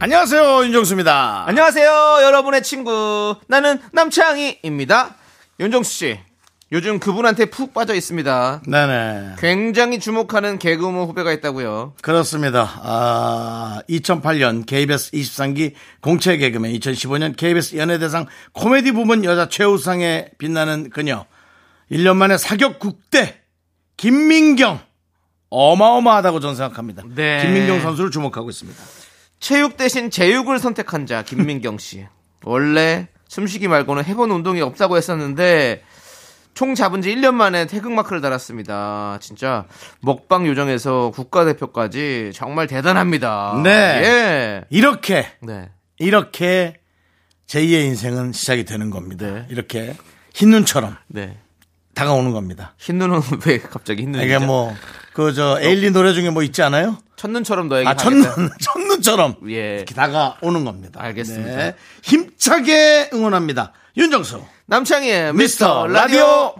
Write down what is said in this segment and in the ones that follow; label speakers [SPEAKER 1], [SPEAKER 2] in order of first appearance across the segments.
[SPEAKER 1] 안녕하세요 윤정수입니다.
[SPEAKER 2] 안녕하세요, 여러분의 친구. 나는 남창희입니다. 윤정수 씨, 요즘 그분한테 푹 빠져 있습니다.
[SPEAKER 1] 네네
[SPEAKER 2] 그- 굉장히 주목하는 개그우먼 후배가 있다고요.
[SPEAKER 1] 그렇습니다. 아 2008년 KBS 23기 공채 개그맨 2015년 KBS 연예대상 코미디 부문 여자 최우상에 빛나는 그녀 1년 만에 사격 국대 김민경 어마어마하다고 저는 생각합니다.
[SPEAKER 2] 네.
[SPEAKER 1] 김민경 선수를 주목하고 있습니다.
[SPEAKER 2] 체육 대신 제육을 선택한 자 김민경 씨. 원래 숨쉬기 말고는 해본 운동이 없다고 했었는데 총 잡은 지 1년 만에 태극마크를 달았습니다. 진짜 먹방 요정에서 국가대표까지 정말 대단합니다.
[SPEAKER 1] 네. 이렇게
[SPEAKER 2] 예. 네.
[SPEAKER 1] 이렇게 제2의 인생은 시작이 되는 겁니다.
[SPEAKER 2] 네.
[SPEAKER 1] 이렇게 흰 눈처럼
[SPEAKER 2] 네.
[SPEAKER 1] 다가오는 겁니다.
[SPEAKER 2] 흰눈은 왜 갑자기 네, 흰눈이죠?
[SPEAKER 1] 이게 뭐 그 저 에일리 노래 중에 뭐 있지 않아요?
[SPEAKER 2] 첫눈처럼 너에게
[SPEAKER 1] 아 첫눈 첫눈처럼
[SPEAKER 2] 예.
[SPEAKER 1] 이렇게 다가오는 겁니다. 네.
[SPEAKER 2] 알겠습니다.
[SPEAKER 1] 힘차게 응원합니다. 윤정수
[SPEAKER 2] 남창희의
[SPEAKER 1] 미스터 라디오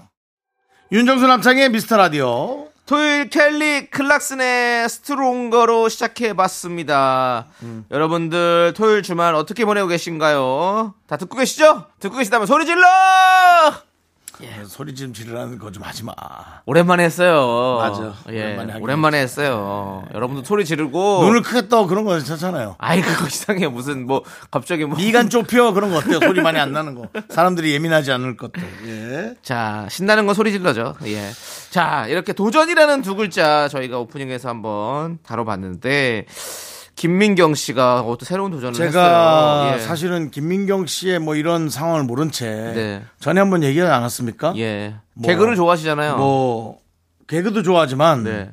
[SPEAKER 1] 윤정수 남창의 미스터 라디오
[SPEAKER 2] 토요일 켈리 클락슨의 스트롱거로 시작해봤습니다.
[SPEAKER 1] 음.
[SPEAKER 2] 여러분들 토요일 주말 어떻게 보내고 계신가요? 다 듣고 계시죠? 듣고 계시다면 소리 질러! 예.
[SPEAKER 1] 아, 소리 좀 지르라는 거 좀 하지 마.
[SPEAKER 2] 오랜만에 했어요.
[SPEAKER 1] 맞아.
[SPEAKER 2] 예,
[SPEAKER 1] 오랜만에
[SPEAKER 2] 오랜만에,
[SPEAKER 1] 하긴 네.
[SPEAKER 2] 했어요. 여러분들 소리 지르고.
[SPEAKER 1] 눈을 크게 떠 그런 거 괜찮잖아요.
[SPEAKER 2] 아이, 그거 이상해. 무슨, 뭐, 갑자기 뭐.
[SPEAKER 1] 미간 좁혀 그런 거 어때요? 소리 많이 안 나는 거. 사람들이 예민하지 않을 것들. 예.
[SPEAKER 2] 자, 신나는 건 소리 질러죠. 예. 자, 이렇게 도전이라는 두 글자 저희가 오프닝에서 한번 다뤄봤는데, 김민경 씨가 어, 또 새로운 도전을
[SPEAKER 1] 제가
[SPEAKER 2] 했어요. 예.
[SPEAKER 1] 사실은 김민경 씨의 뭐 이런 상황을 모른 채
[SPEAKER 2] 네.
[SPEAKER 1] 전에 한번 얘기하지 않았습니까?
[SPEAKER 2] 예.
[SPEAKER 1] 뭐,
[SPEAKER 2] 개그를 좋아하시잖아요.
[SPEAKER 1] 뭐 개그도 좋아하지만
[SPEAKER 2] 네.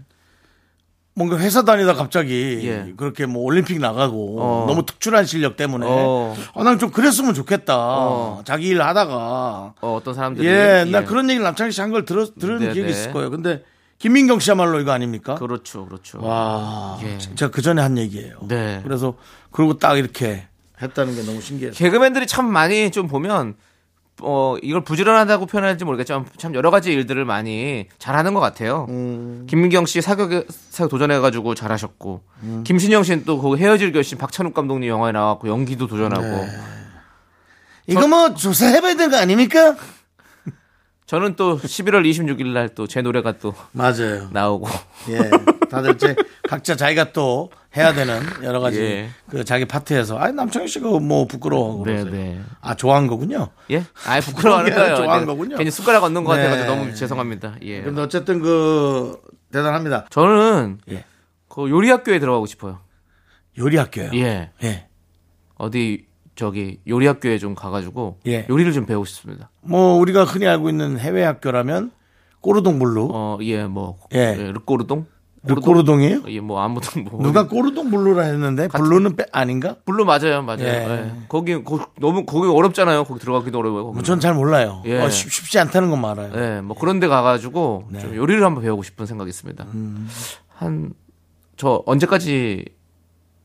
[SPEAKER 1] 뭔가 회사 다니다 갑자기
[SPEAKER 2] 예.
[SPEAKER 1] 그렇게 뭐 올림픽 나가고
[SPEAKER 2] 어.
[SPEAKER 1] 너무 특출한 실력 때문에
[SPEAKER 2] 어.
[SPEAKER 1] 아, 난 좀 그랬으면 좋겠다.
[SPEAKER 2] 어.
[SPEAKER 1] 자기 일 하다가
[SPEAKER 2] 어, 어떤 사람들이.
[SPEAKER 1] 예, 나 그런 얘기를 남창희 씨 한 걸 들은
[SPEAKER 2] 네,
[SPEAKER 1] 기억이
[SPEAKER 2] 네.
[SPEAKER 1] 있을 거예요. 근데 김민경 씨야말로 이거 아닙니까?
[SPEAKER 2] 그렇죠, 그렇죠.
[SPEAKER 1] 와,
[SPEAKER 2] 예.
[SPEAKER 1] 제가 그 전에 한 얘기예요.
[SPEAKER 2] 네.
[SPEAKER 1] 그래서 그리고 딱 이렇게 했다는 게 너무 신기해요.
[SPEAKER 2] 개그맨들이 참 많이 좀 보면, 어, 이걸 부지런하다고 표현할지 모르겠지만, 참 여러 가지 일들을 많이 잘하는 것 같아요.
[SPEAKER 1] 음.
[SPEAKER 2] 김민경 씨 사격에, 사격 도전해가지고 잘하셨고,
[SPEAKER 1] 음.
[SPEAKER 2] 김신영 씨는 또 그 헤어질 결심 박찬욱 감독님 영화에 나왔고, 연기도 도전하고,
[SPEAKER 1] 네. 이거 뭐 조사해봐야 되는 거 아닙니까?
[SPEAKER 2] 저는 또 11월 26일 날 또 제 노래가 또
[SPEAKER 1] 맞아요.
[SPEAKER 2] 나오고,
[SPEAKER 1] 예, 다들 이제 각자 자기가 또 해야 되는 여러 가지
[SPEAKER 2] 예.
[SPEAKER 1] 그 자기 파트에서 아 남창희 씨가 뭐 부끄러워하고
[SPEAKER 2] 네,
[SPEAKER 1] 그러세요.
[SPEAKER 2] 네.
[SPEAKER 1] 아 좋아한 거군요.
[SPEAKER 2] 예? 아예 부끄러워하는 거예요.
[SPEAKER 1] 좋아하는
[SPEAKER 2] 내가
[SPEAKER 1] 거군요.
[SPEAKER 2] 괜히 숟가락 얹는 것
[SPEAKER 1] 네.
[SPEAKER 2] 같아서 너무 죄송합니다. 예.
[SPEAKER 1] 근데 어쨌든 그 대단합니다.
[SPEAKER 2] 저는
[SPEAKER 1] 예.
[SPEAKER 2] 그 요리 학교에 들어가고 싶어요.
[SPEAKER 1] 요리 학교요. 예.
[SPEAKER 2] 예. 어디 저기 요리 학교에 좀 가가지고
[SPEAKER 1] 예.
[SPEAKER 2] 요리를 좀 배우고 싶습니다.
[SPEAKER 1] 뭐 우리가 흔히 알고 있는 해외 학교라면 꼬르동 블루.
[SPEAKER 2] 어, 예, 뭐
[SPEAKER 1] 예.
[SPEAKER 2] 예. 르꼬르동,
[SPEAKER 1] 꼬르동이에요?
[SPEAKER 2] 예, 뭐 아무튼 뭐
[SPEAKER 1] 누가 꼬르동 블루라 했는데 블루는
[SPEAKER 2] 예.
[SPEAKER 1] 빼, 아닌가?
[SPEAKER 2] 물론 맞아요, 맞아요.
[SPEAKER 1] 예.
[SPEAKER 2] 예. 거기 거, 너무 거기 어렵잖아요. 거기 들어가기도 어려워요. 거기.
[SPEAKER 1] 뭐 전 잘 몰라요.
[SPEAKER 2] 예.
[SPEAKER 1] 어, 쉽, 쉽지 않다는 것만 알아요.
[SPEAKER 2] 예, 뭐 그런데 가가지고
[SPEAKER 1] 네.
[SPEAKER 2] 좀 요리를 한번 배우고 싶은 생각이 있습니다.
[SPEAKER 1] 음.
[SPEAKER 2] 한 저 언제까지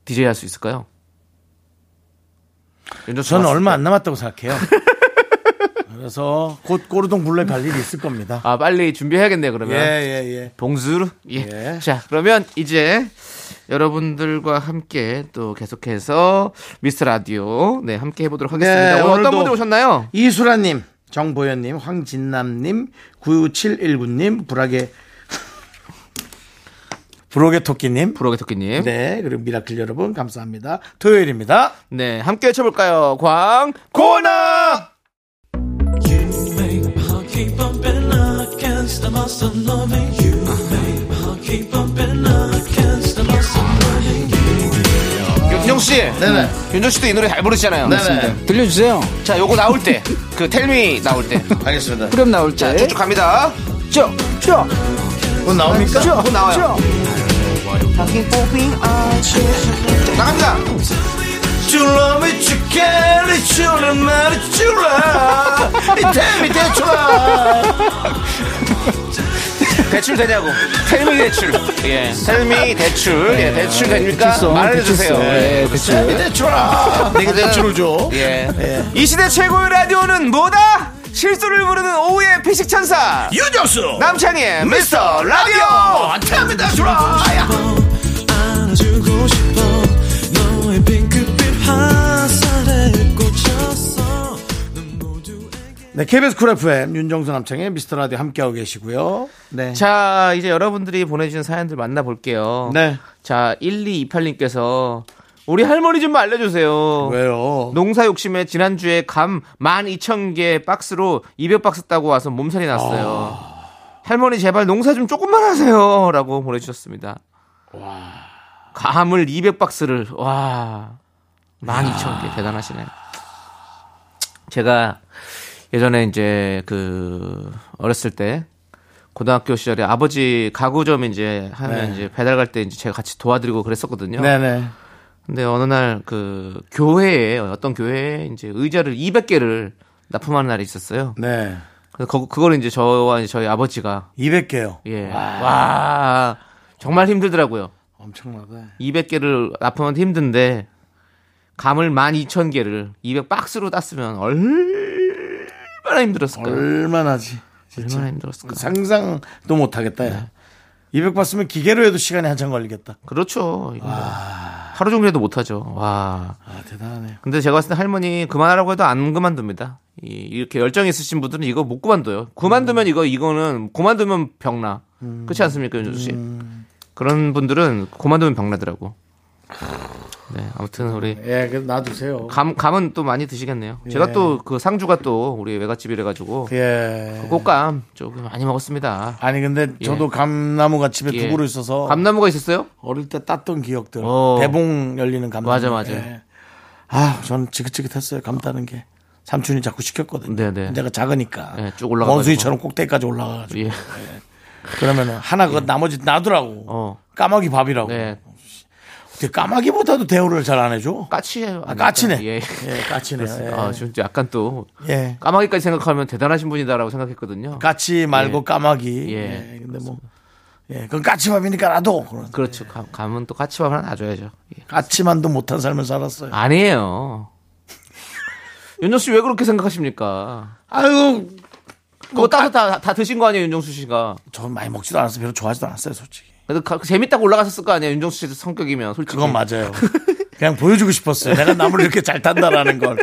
[SPEAKER 2] DJ 할 수 있을까요? 연주소
[SPEAKER 1] 저는
[SPEAKER 2] 갔을
[SPEAKER 1] 얼마
[SPEAKER 2] 때.
[SPEAKER 1] 안 남았다고 생각해요. 그래서 곧 꼬르동 블루에 갈 일이 있을 겁니다.
[SPEAKER 2] 아 빨리 준비해야겠네 요 그러면.
[SPEAKER 1] 예예예.
[SPEAKER 2] 봉수르. 예.
[SPEAKER 1] 예.
[SPEAKER 2] 자, 그러면 이제 여러분들과 함께 또 계속해서 미스터 라디오 네 함께 해보도록 하겠습니다.
[SPEAKER 1] 네,
[SPEAKER 2] 오늘 어떤
[SPEAKER 1] 오늘도-
[SPEAKER 2] 분들 오셨나요?
[SPEAKER 1] 이수라님, 정보현님, 황진남님, 99719님, 불악의 불옥의 토끼님.
[SPEAKER 2] 부록의 토끼님. 네.
[SPEAKER 1] 네, 그리고 미라클 여러분 감사합니다. 토요일입니다.
[SPEAKER 2] 네, 함께 외쳐볼까요? 광.
[SPEAKER 1] 고나
[SPEAKER 2] 윤정 씨. 네네. 윤정 씨도 이 노래 잘 부르시잖아요.
[SPEAKER 1] 네네.
[SPEAKER 3] 들려주세요.
[SPEAKER 2] 자, 요거 나올 때, 그 텔미 나올 때,
[SPEAKER 1] 알겠습니다.
[SPEAKER 3] 그럼 나올 때.
[SPEAKER 2] 자, 쭉쭉 갑니다.
[SPEAKER 3] 쭉, 쭉,
[SPEAKER 1] 곧 나옵니까?
[SPEAKER 3] 쭉,
[SPEAKER 2] 곧 나와요.
[SPEAKER 3] 쭉.
[SPEAKER 2] 나갑니다.
[SPEAKER 1] You love me, you care, it's you, no matter what you love. You tell me that you love.
[SPEAKER 2] 대출 되냐고. 텔미 대출. 예. 텔미 대출. 예. 대출 됩니까?
[SPEAKER 3] 대출성,
[SPEAKER 2] 말해주세요.
[SPEAKER 3] 대출성.
[SPEAKER 2] 예. 아,
[SPEAKER 3] 예,
[SPEAKER 1] Tell me
[SPEAKER 3] 대출.
[SPEAKER 1] that you love. 내게 대출을 줘.
[SPEAKER 2] 예. 이 시대 최고의 라디오는 뭐다? 실수를 부르는 오후의 피식천사.
[SPEAKER 1] 유정수.
[SPEAKER 2] 남창희의 미스터 라디오.
[SPEAKER 1] 어, Tell me that you love.
[SPEAKER 4] 안아주고 싶어 너의 핑크빛 화살에 꽂혔어 넌 모두에게
[SPEAKER 1] 네, KBS 쿨 FM 윤정수 남창의 미스터 라디오 함께하고 계시고요. 네.
[SPEAKER 2] 자, 이제 여러분들이 보내주신 사연들 만나볼게요.
[SPEAKER 1] 네.
[SPEAKER 2] 자, 1228님께서 우리 할머니 좀 알려주세요.
[SPEAKER 1] 왜요?
[SPEAKER 2] 농사 욕심에 지난주에 감 12,000개 박스로 200박스 따고 와서 몸살이 났어요. 할머니 제발 농사 좀 조금만 하세요. 라고 보내주셨습니다. 감을 200박스를, 와. 12,000개. 대단하시네. 제가 예전에 이제 그 어렸을 때 고등학교 시절에 아버지 가구점 이제 하면 이제 배달 갈 때 이제 제가 같이 도와드리고 그랬었거든요.
[SPEAKER 1] 네네.
[SPEAKER 2] 근데 어느 날 그 교회에 어떤 교회에 이제 의자를 200개를 납품하는 날이 있었어요.
[SPEAKER 1] 네.
[SPEAKER 2] 그래서 거, 그걸 이제 저와 이제 저희 아버지가
[SPEAKER 1] 200개요.
[SPEAKER 2] 예. 와. 정말 힘들더라고요.
[SPEAKER 1] 엄청나다.
[SPEAKER 2] 200개를 납품하는데 힘든데 감을 12,000개를 200박스로 땄으면 얼마나 힘들었을까요?
[SPEAKER 1] 얼마나지?
[SPEAKER 2] 얼마나
[SPEAKER 1] 그러니까.
[SPEAKER 2] 힘들었을까?
[SPEAKER 1] 상상도 못하겠다. 야. 200 봤으면 기계로 해도 시간이 한참 걸리겠다.
[SPEAKER 2] 그렇죠. 이거. 하루 종일 해도 못 하죠. 와.
[SPEAKER 1] 아 대단하네요.
[SPEAKER 2] 근데 제가 봤을 때 할머니 그만하라고 해도 안 그만둡니다. 이- 이렇게 열정 있으신 분들은 이거 못 그만둬요. 그만두면 이거 이거는 그만두면 병나.
[SPEAKER 1] 음.
[SPEAKER 2] 그렇지 않습니까, 윤주 씨? 그런 분들은 그만두면 병나더라고. 네, 아무튼 우리
[SPEAKER 1] 예, 그래도 놔두세요.
[SPEAKER 2] 감 감은 또 많이 드시겠네요. 제가 또 그 상주가 또 우리 외갓집이라 가지고
[SPEAKER 1] 예.
[SPEAKER 2] 꽃감 조금 많이 먹었습니다.
[SPEAKER 1] 아니 근데 저도 감나무가 집에
[SPEAKER 2] 예.
[SPEAKER 1] 두 그루 있어서
[SPEAKER 2] 감나무가 있었어요?
[SPEAKER 1] 어릴 때 땄던 기억들.
[SPEAKER 2] 어.
[SPEAKER 1] 대봉 열리는 감나무.
[SPEAKER 2] 맞아, 맞아.
[SPEAKER 1] 예. 아, 저는 지긋지긋했어요. 감 따는 게. 삼촌이 자꾸 시켰거든요.
[SPEAKER 2] 네네.
[SPEAKER 1] 내가 작으니까.
[SPEAKER 2] 예, 쭉 올라가가지고.
[SPEAKER 1] 원숭이처럼 꼭대기까지 올라가가지고.
[SPEAKER 2] 예.
[SPEAKER 1] 그러면 하나 그 나머지 놔두라고.
[SPEAKER 2] 어.
[SPEAKER 1] 까마귀 밥이라고.
[SPEAKER 2] 네.
[SPEAKER 1] 근데 까마귀보다도 대우를 잘 안 해줘.
[SPEAKER 2] 까치예요.
[SPEAKER 1] 아, 까치네.
[SPEAKER 2] 예.
[SPEAKER 1] 예, 까치네요. 예.
[SPEAKER 2] 아, 지금 약간 또
[SPEAKER 1] 예.
[SPEAKER 2] 까마귀까지 생각하면 대단하신 분이다라고 생각했거든요.
[SPEAKER 1] 까치 말고 까마귀.
[SPEAKER 2] 예.
[SPEAKER 1] 예. 근데 뭐. 예, 그건 까치밥이니까 나도. 그런.
[SPEAKER 2] 그렇죠. 감, 감은 또 까치밥 하나 놔줘야죠. 예.
[SPEAKER 1] 까치만도 못한 삶을 살았어요.
[SPEAKER 2] 아니에요. 윤정수 씨 왜 그렇게 생각하십니까?
[SPEAKER 1] 아유,
[SPEAKER 2] 그거 따서 다, 다 드신 거 아니에요, 윤정수 씨가.
[SPEAKER 1] 저 많이 먹지도 않았어요. 별로 좋아하지도 않았어요, 솔직히.
[SPEAKER 2] 그래도 가- 재밌다고 올라갔었을 거 아니에요, 윤정수 씨 성격이면. 솔직히.
[SPEAKER 1] 그건 맞아요. 그냥 보여주고 싶었어요. 내가 나무를 이렇게 잘 탄다라는 걸.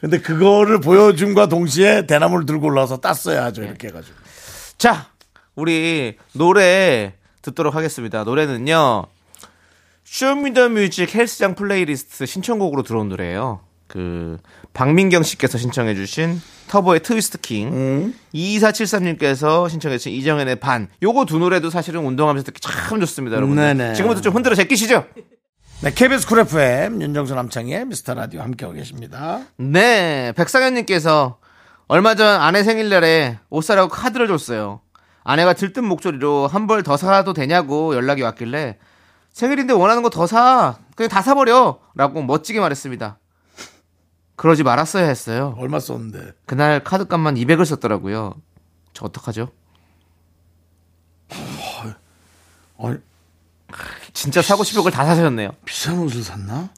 [SPEAKER 1] 근데 그거를 보여줌과 동시에 대나무를 들고 올라와서 땄어야죠. 이렇게 해가지고.
[SPEAKER 2] 자, 우리 노래 듣도록 하겠습니다. 노래는요. 쇼미더뮤직 헬스장 플레이리스트 신청곡으로 들어온 노래예요. 그 박민경 씨께서 신청해 주신 터보의 트위스트 킹
[SPEAKER 1] 음.
[SPEAKER 2] 2473님께서 신청해 주신 이정현의 반 요거 두 노래도 사실은 운동하면서 듣기 참 좋습니다, 여러분.
[SPEAKER 1] 네네.
[SPEAKER 2] 들 지금부터 좀 흔들어 제끼시죠.
[SPEAKER 1] 네, KBS 쿨 FM 윤정수 남창희의 미스터 라디오 함께하고 계십니다.
[SPEAKER 2] 네, 백상현님께서 얼마 전 아내 생일날에 옷 사라고 카드를 줬어요. 아내가 들뜬 목소리로 한 벌 더 사도 되냐고 연락이 왔길래 생일인데 원하는 거 더 사. 그냥 다 사버려. 라고 멋지게 말했습니다. 그러지 말았어야 했어요.
[SPEAKER 1] 얼마 썼는데.
[SPEAKER 2] 그날 카드값만 200을 썼더라고요. 저 어떡하죠?
[SPEAKER 1] 어,
[SPEAKER 2] 진짜 사고 싶은 걸 다 사셨네요.
[SPEAKER 1] 비싼 옷을 샀나?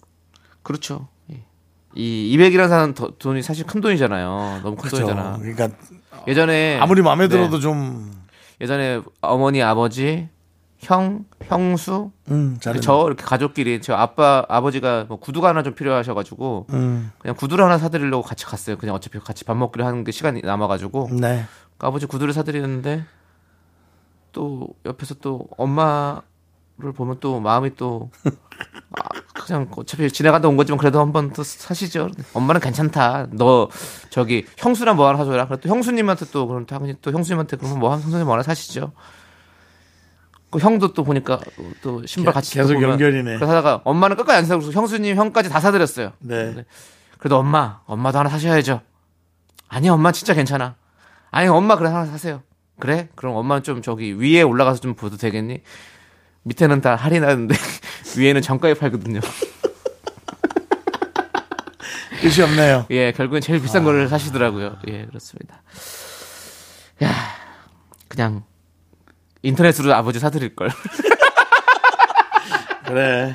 [SPEAKER 2] 그렇죠. 예. 이 200이라는 사람 더- 돈이 사실 큰 돈이잖아요. 너무 큰
[SPEAKER 1] 그죠.
[SPEAKER 2] 돈이잖아.
[SPEAKER 1] 그러니까
[SPEAKER 2] 예전에
[SPEAKER 1] 아무리 마음에
[SPEAKER 2] 네.
[SPEAKER 1] 들어도 좀,
[SPEAKER 2] 예전에 어머니, 아버지, 형, 형수,
[SPEAKER 1] 음, 잘
[SPEAKER 2] 저 이렇게 가족끼리 저 아빠, 아버지가 뭐 구두가 하나 좀 필요하셔가지고
[SPEAKER 1] 음,
[SPEAKER 2] 그냥 구두를 하나 사드리려고 같이 갔어요. 그냥 어차피 같이 밥 먹기로 하는 게 시간이 남아가지고
[SPEAKER 1] 네.
[SPEAKER 2] 그 아버지 구두를 사드리는데 또 옆에서 또 엄마를 보면 또 마음이 또 아, 그냥 어차피 지나가다 온 거지만 그래도 한번 또 사시죠. 엄마는 괜찮다. 너 저기 형수랑 뭐 하나 사줘라. 그래 또 형수님한테 또 그럼 당연히 또 형수님한테 그러면 뭐 한- 형수님 뭐 하나 사시죠. 그 형도 또 보니까 또 신발 같이 또
[SPEAKER 1] 계속
[SPEAKER 2] 보면
[SPEAKER 1] 연결이네.
[SPEAKER 2] 그래서 하다가 엄마는 끝까지 안 사고 형수님 형까지 다 사드렸어요.
[SPEAKER 1] 네.
[SPEAKER 2] 그래도 엄마, 엄마도 하나 사셔야죠. 아니, 엄마 진짜 괜찮아. 아니, 엄마 그래 하나 사세요. 그래? 그럼 엄마는 좀 저기 위에 올라가서 좀 봐도 되겠니? 밑에는 다 할인하는데 위에는 정가에 팔거든요.
[SPEAKER 1] 끝이 없네요.
[SPEAKER 2] 예, 결국엔 제일 비싼 거를 사시더라고요. 예, 그렇습니다. 야, 그냥 인터넷으로 아버지 사드릴 걸.
[SPEAKER 1] 그래.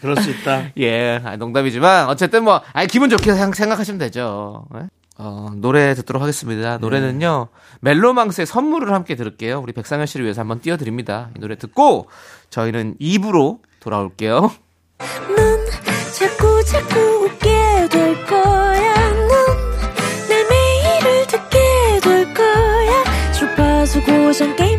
[SPEAKER 1] 그럴 수 있다.
[SPEAKER 2] 예, 아, 농담이지만 어쨌든 뭐, 아니 기분 좋게 생- 생각하시면 되죠. 예? 어, 노래 듣도록
[SPEAKER 1] 예.
[SPEAKER 2] 하겠습니다. 노래는요 멜로망스의 선물을 함께 들을게요. 우리 백상현 씨를 위해서 한번 띄워드립니다. 이 노래 듣고 저희는 2부로 돌아올게요.
[SPEAKER 3] 넌 자꾸 자꾸 웃게 될 거야. 넌내 매일을 듣게 될 거야. 주파수 고정 게임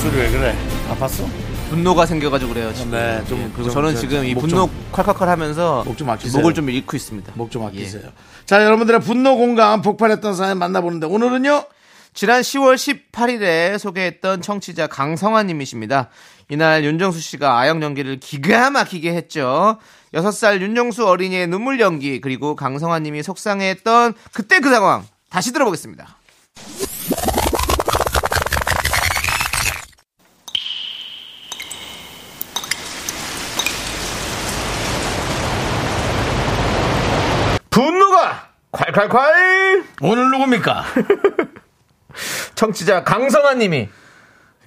[SPEAKER 1] 술이 왜 그래? 아팠어?
[SPEAKER 2] 분노가 생겨가지고 그래요 지금.
[SPEAKER 1] 네, 좀
[SPEAKER 2] 예, 그리고
[SPEAKER 1] 좀
[SPEAKER 2] 저는
[SPEAKER 1] 저-
[SPEAKER 2] 지금 이
[SPEAKER 1] 목
[SPEAKER 2] 분노 콸콸콸하면서
[SPEAKER 1] 목좀 아끼세요.
[SPEAKER 2] 목을 좀 잃고 있습니다.
[SPEAKER 1] 목 좀 아끼세요.
[SPEAKER 2] 예.
[SPEAKER 1] 자, 여러분들의 분노 공감 폭발했던 사연 만나보는데 오늘은요.
[SPEAKER 2] 지난 10월 18일에 소개했던 청취자 강성환님이십니다. 이날 윤정수 씨가 아역 연기를 기가 막히게 했죠. 6살 윤정수 어린이의 눈물 연기 그리고 강성환님이 속상해했던 그때 그 상황 다시 들어보겠습니다. 분노가 콸콸콸
[SPEAKER 1] 오늘 누굽니까?
[SPEAKER 2] 청취자 강성아님이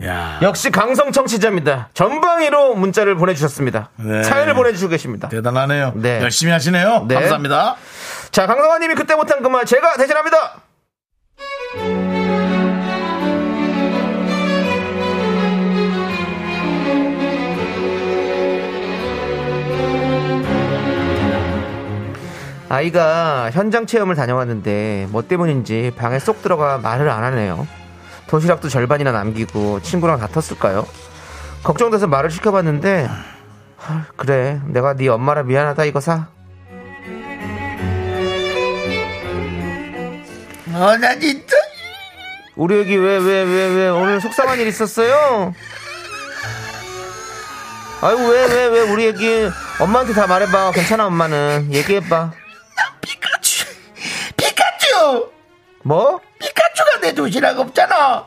[SPEAKER 1] 야
[SPEAKER 2] 역시 강성 청취자입니다. 전방위로 문자를 보내주셨습니다.
[SPEAKER 1] 네.
[SPEAKER 2] 사연을 보내주시고 계십니다.
[SPEAKER 1] 대단하네요.
[SPEAKER 2] 네.
[SPEAKER 1] 열심히 하시네요.
[SPEAKER 2] 네.
[SPEAKER 1] 감사합니다.
[SPEAKER 2] 자, 강성아님이 그때 못한 그 말 제가 대신합니다. 아이가 현장 체험을 다녀왔는데 뭐 때문인지 방에 쏙 들어가 말을 안 하네요. 도시락도 절반이나 남기고 친구랑 다퉜을까요? 걱정돼서 말을 시켜봤는데 헐, 그래 내가 네 엄마라 미안하다 이거 사
[SPEAKER 1] 어, 나 진짜.
[SPEAKER 2] 우리 애기 왜 왜 왜 왜 오늘 속상한 일 있었어요? 아이고 왜 왜 왜 우리 애기 엄마한테 다 말해봐 괜찮아 엄마는 얘기해봐
[SPEAKER 1] 피카츄! 피카츄!
[SPEAKER 2] 뭐?
[SPEAKER 1] 피카츄가 내 도시락 없잖아.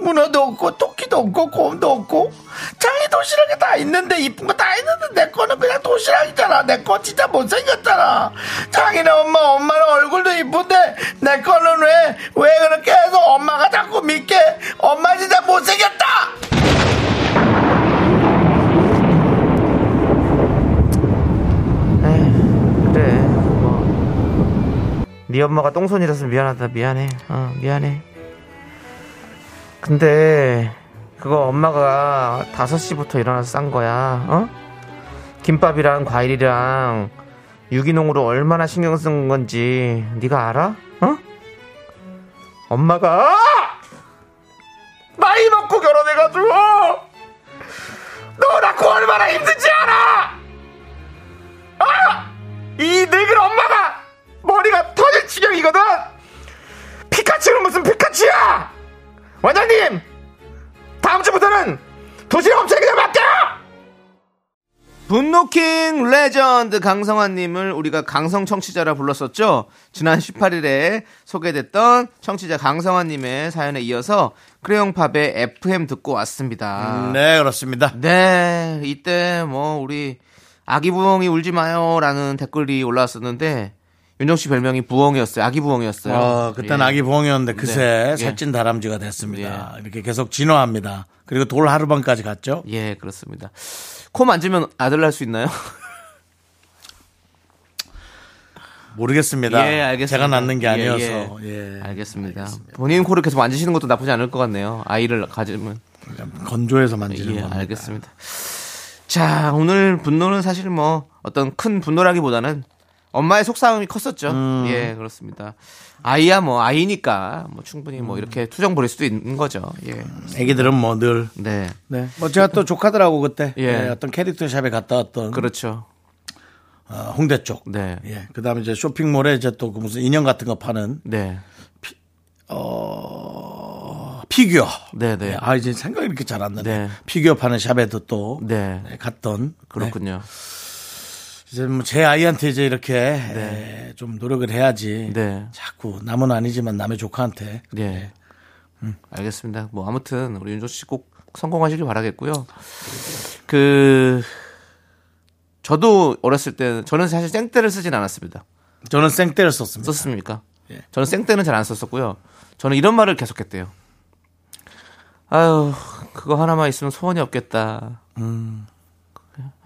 [SPEAKER 1] 문어도 없고, 토끼도 없고, 곰도 없고. 자기 도시락에 다 있는데, 이쁜 거 다 있는데, 내 거는 그냥 도시락이잖아. 내 거 진짜 못생겼잖아. 자기는 엄마, 엄마는 얼굴도 이쁜데, 내 거는 왜, 왜 그렇게 해서 엄마가 자꾸 믿게, 엄마 진짜 못생겼다!
[SPEAKER 2] 에휴, 그래 뭐네 네 엄마가 똥손이라서 미안하다 미안해 어 미안해 근데 그거 엄마가 5시부터 일어나서 싼 거야 어? 김밥이랑 과일이랑 유기농으로 얼마나 신경 쓴 건지 네가 알아? 어? 엄마가 나이 먹고 결혼해가지고 너 낳고 얼마나 힘든지 알아! 아! 이 늙은 엄마가 머리가 터질 지경이거든. 피카츄는 무슨 피카츄야? 원장님, 다음 주부터는 도시락 업체에 그냥 맡겨. 분노킹 레전드 강성환님을 우리가 강성 청취자라 불렀었죠. 지난 18일에 소개됐던 청취자 강성환님의 사연에 이어서 크레용팝의 FM 듣고 왔습니다.
[SPEAKER 1] 네, 그렇습니다.
[SPEAKER 2] 네, 이때 뭐 우리 아기 부엉이 울지 마요라는 댓글이 올라왔었는데 윤정 씨 별명이 부엉이었어요. 아기 부엉이었어요.
[SPEAKER 1] 어, 그땐
[SPEAKER 2] 예.
[SPEAKER 1] 아기 부엉이었는데 그새
[SPEAKER 2] 네.
[SPEAKER 1] 살찐 다람쥐가 됐습니다. 이렇게 계속 진화합니다. 그리고 돌 하루방까지 갔죠.
[SPEAKER 2] 예, 그렇습니다. 코 만지면 아들 날 수 있나요?
[SPEAKER 1] 모르겠습니다.
[SPEAKER 2] 예, 알겠습니다.
[SPEAKER 1] 제가 낳는 게
[SPEAKER 2] 예,
[SPEAKER 1] 아니어서.
[SPEAKER 2] 예.
[SPEAKER 1] 예.
[SPEAKER 2] 알겠습니다. 본인 코를 계속 만지시는 것도 나쁘지 않을 것 같네요. 아이를 가지면.
[SPEAKER 1] 건조해서 만지는
[SPEAKER 2] 예,
[SPEAKER 1] 겁니다.
[SPEAKER 2] 알겠습니다. 자, 오늘 분노는 사실 뭐 어떤 큰 분노라기보다는 엄마의 속상함이 컸었죠. 예, 그렇습니다. 아이야 뭐 아이니까 뭐 충분히 뭐 이렇게 투정 부릴 수도 있는 거죠. 예.
[SPEAKER 1] 애기들은 뭐 늘.
[SPEAKER 2] 네.
[SPEAKER 1] 네. 뭐 제가 또 조카들하고 그때
[SPEAKER 2] 예.
[SPEAKER 1] 예, 어떤 캐릭터 샵에 갔다 왔던
[SPEAKER 2] 그렇죠.
[SPEAKER 1] 어, 홍대 쪽.
[SPEAKER 2] 네.
[SPEAKER 1] 예. 그 다음에 이제 쇼핑몰에 이제 또그 무슨 인형 같은 거 파는
[SPEAKER 2] 네.
[SPEAKER 1] 어, 피규어.
[SPEAKER 2] 네, 네.
[SPEAKER 1] 예, 아, 이제 생각이 이렇게 잘 안 나네.
[SPEAKER 2] 네.
[SPEAKER 1] 피규어 파는 샵에도 또
[SPEAKER 2] 네.
[SPEAKER 1] 네, 갔던. 네.
[SPEAKER 2] 그렇군요.
[SPEAKER 1] 이제 뭐 제 아이한테 이제 이렇게 에, 좀 노력을 해야지.
[SPEAKER 2] 네.
[SPEAKER 1] 자꾸 남은 아니지만 남의 조카한테
[SPEAKER 2] 예. 알겠습니다. 뭐 아무튼 우리 윤조 씨 꼭 성공하시길 바라겠고요. 그 저도 어렸을 때 저는 사실 생떼를 쓰진 않았습니다.
[SPEAKER 1] 저는 생떼를 썼습니다.
[SPEAKER 2] 썼습니까?
[SPEAKER 1] 예.
[SPEAKER 2] 저는 생떼는 잘 안 썼었고요. 저는 이런 말을 계속했대요. 아유 그거 하나만 있으면 소원이 없겠다.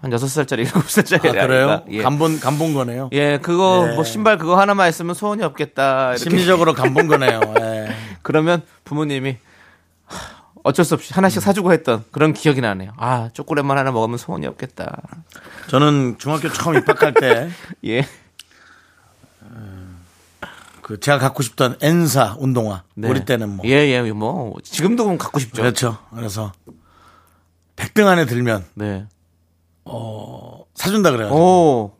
[SPEAKER 2] 한 여섯 살짜리 일곱 살짜리
[SPEAKER 1] 음. 아, 그래요?
[SPEAKER 2] 예.
[SPEAKER 1] 간본 간본 거네요.
[SPEAKER 2] 예, 그거 뭐 신발 그거 하나만 있으면 소원이 없겠다. 이렇게
[SPEAKER 1] 심리적으로 간본 거네요. 예.
[SPEAKER 2] 그러면 부모님이 하, 어쩔 수 없이
[SPEAKER 1] 음.
[SPEAKER 2] 하나씩 사주고 했던 그런 기억이 나네요. 아, 초콜릿만 하나 먹으면 소원이 없겠다.
[SPEAKER 1] 저는 중학교 처음 입학할 때 그
[SPEAKER 2] 예.
[SPEAKER 1] 그 제가 갖고 싶던 N사 운동화
[SPEAKER 2] 네.
[SPEAKER 1] 우리 때는 뭐
[SPEAKER 2] 예, 예, 뭐. 지금도 보면 갖고 싶죠.
[SPEAKER 1] 그렇죠. 그래서 100등 안에 들면
[SPEAKER 2] 네.
[SPEAKER 1] 사준다 그래요.
[SPEAKER 2] 오.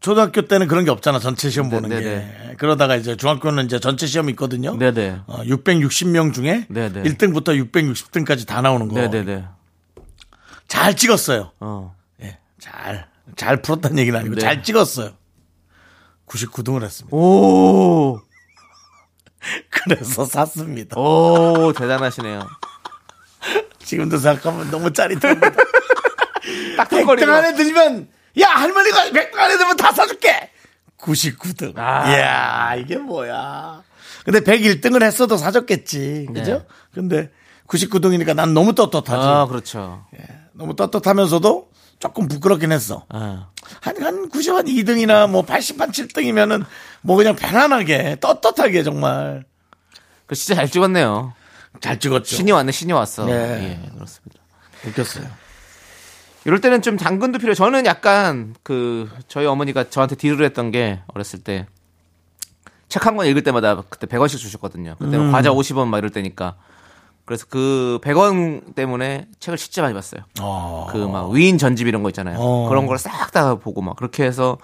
[SPEAKER 1] 초등학교 때는 그런 게 없잖아. 전체 시험
[SPEAKER 2] 네,
[SPEAKER 1] 보는
[SPEAKER 2] 네,
[SPEAKER 1] 게. 그러다가 이제 중학교는 이제 전체 시험이 있거든요.
[SPEAKER 2] 네네.
[SPEAKER 1] 어, 660명 중에
[SPEAKER 2] 네, 네.
[SPEAKER 1] 1등부터 660등까지 다 나오는 거.
[SPEAKER 2] 네네네.
[SPEAKER 1] 잘 찍었어요.
[SPEAKER 2] 어.
[SPEAKER 1] 예. 잘, 잘 풀었다는 얘기는 아니고
[SPEAKER 2] 네.
[SPEAKER 1] 잘 찍었어요. 99등을 했습니다.
[SPEAKER 2] 오.
[SPEAKER 1] 그래서 샀습니다. 어?
[SPEAKER 2] 오, 대단하시네요.
[SPEAKER 1] 지금도 생각하면 너무 짜릿합니다.
[SPEAKER 2] 딱딱거리고.
[SPEAKER 1] 100등 안에 들면, 야, 할머니가 100등 안에 들면 다 사줄게! 99등.
[SPEAKER 2] 아.
[SPEAKER 1] 이야, 이게 뭐야. 근데 101등을 했어도 사줬겠지. 그죠?
[SPEAKER 2] 네.
[SPEAKER 1] 근데 99등이니까 난 너무 떳떳하지. 예,
[SPEAKER 2] 아, 그렇죠.
[SPEAKER 1] 너무 떳떳하면서도 조금 부끄럽긴 했어.
[SPEAKER 2] 아.
[SPEAKER 1] 한, 한 90, 한 2등이나 뭐 80, 한 7등이면은 뭐 그냥 편안하게, 떳떳하게 정말
[SPEAKER 2] 그 진짜 잘 찍었네요.
[SPEAKER 1] 잘 찍었죠.
[SPEAKER 2] 신이 왔네, 신이 왔어.
[SPEAKER 1] 네.
[SPEAKER 2] 예, 그렇습니다.
[SPEAKER 1] 웃겼어요.
[SPEAKER 2] 이럴 때는 좀 당근도 필요해. 저는 약간 그 저희 어머니가 저한테 딜을 했던 게 어렸을 때 책 한 권 읽을 때마다 그때 100원씩 주셨거든요. 그때는 뭐 과자 50원 막 이럴 때니까. 그래서 그 100원 때문에 책을 진짜 많이 봤어요.
[SPEAKER 1] 어.
[SPEAKER 2] 그 막 위인 전집 이런 거 있잖아요.
[SPEAKER 1] 어.
[SPEAKER 2] 그런 걸 싹 다 보고 막 그렇게 해서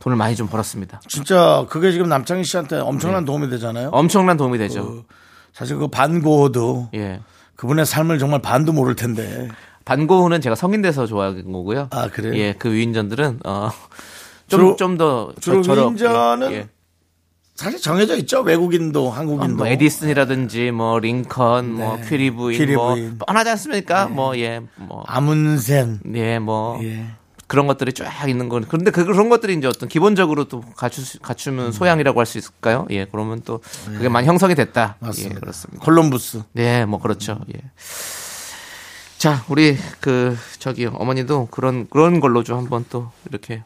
[SPEAKER 2] 돈을 많이 좀 벌었습니다.
[SPEAKER 1] 진짜 그게 지금 남창희 씨한테
[SPEAKER 2] 예.
[SPEAKER 1] 엄청난 도움이 되잖아요.
[SPEAKER 2] 엄청난 도움이 되죠.
[SPEAKER 1] 사실 그 반고도
[SPEAKER 2] 어. 예.
[SPEAKER 1] 그분의 삶을 정말 반도 모를 텐데.
[SPEAKER 2] 반고흐는 제가 성인 돼서 좋아하는 거고요.
[SPEAKER 1] 아, 그래요?
[SPEAKER 2] 예, 그 위인전들은
[SPEAKER 1] 주로-
[SPEAKER 2] 어좀좀더 예,
[SPEAKER 1] 주로 위인전은 사실 정해져 있죠. 외국인도 한국인도.
[SPEAKER 2] 뭐 에디슨이라든지 뭐 링컨 뭐
[SPEAKER 1] 네.
[SPEAKER 2] 퀴리부인,
[SPEAKER 1] 퀴리부인. 네.
[SPEAKER 2] 뭐 뻔하지 않습니까? 뭐 예 뭐.
[SPEAKER 1] 아문센.
[SPEAKER 2] 예, 뭐,
[SPEAKER 1] 예.
[SPEAKER 2] 그런 것들이 쫙 있는 건. 그런데 그- 그런 것들이 이제 어떤 기본적으로 또 갖추, 갖추면
[SPEAKER 1] 음.
[SPEAKER 2] 소양이라고 할 수 있을까요? 예, 그러면 또 그게 많이 형성이 됐다.
[SPEAKER 1] 네. 맞습니다.
[SPEAKER 2] 예, 그렇습니다.
[SPEAKER 1] 콜럼부스.
[SPEAKER 2] 네, 뭐 그렇죠.
[SPEAKER 1] 음.
[SPEAKER 2] 예. 자, 우리 그 저기 어머니도 그런 그런 걸로 좀 한번 또 이렇게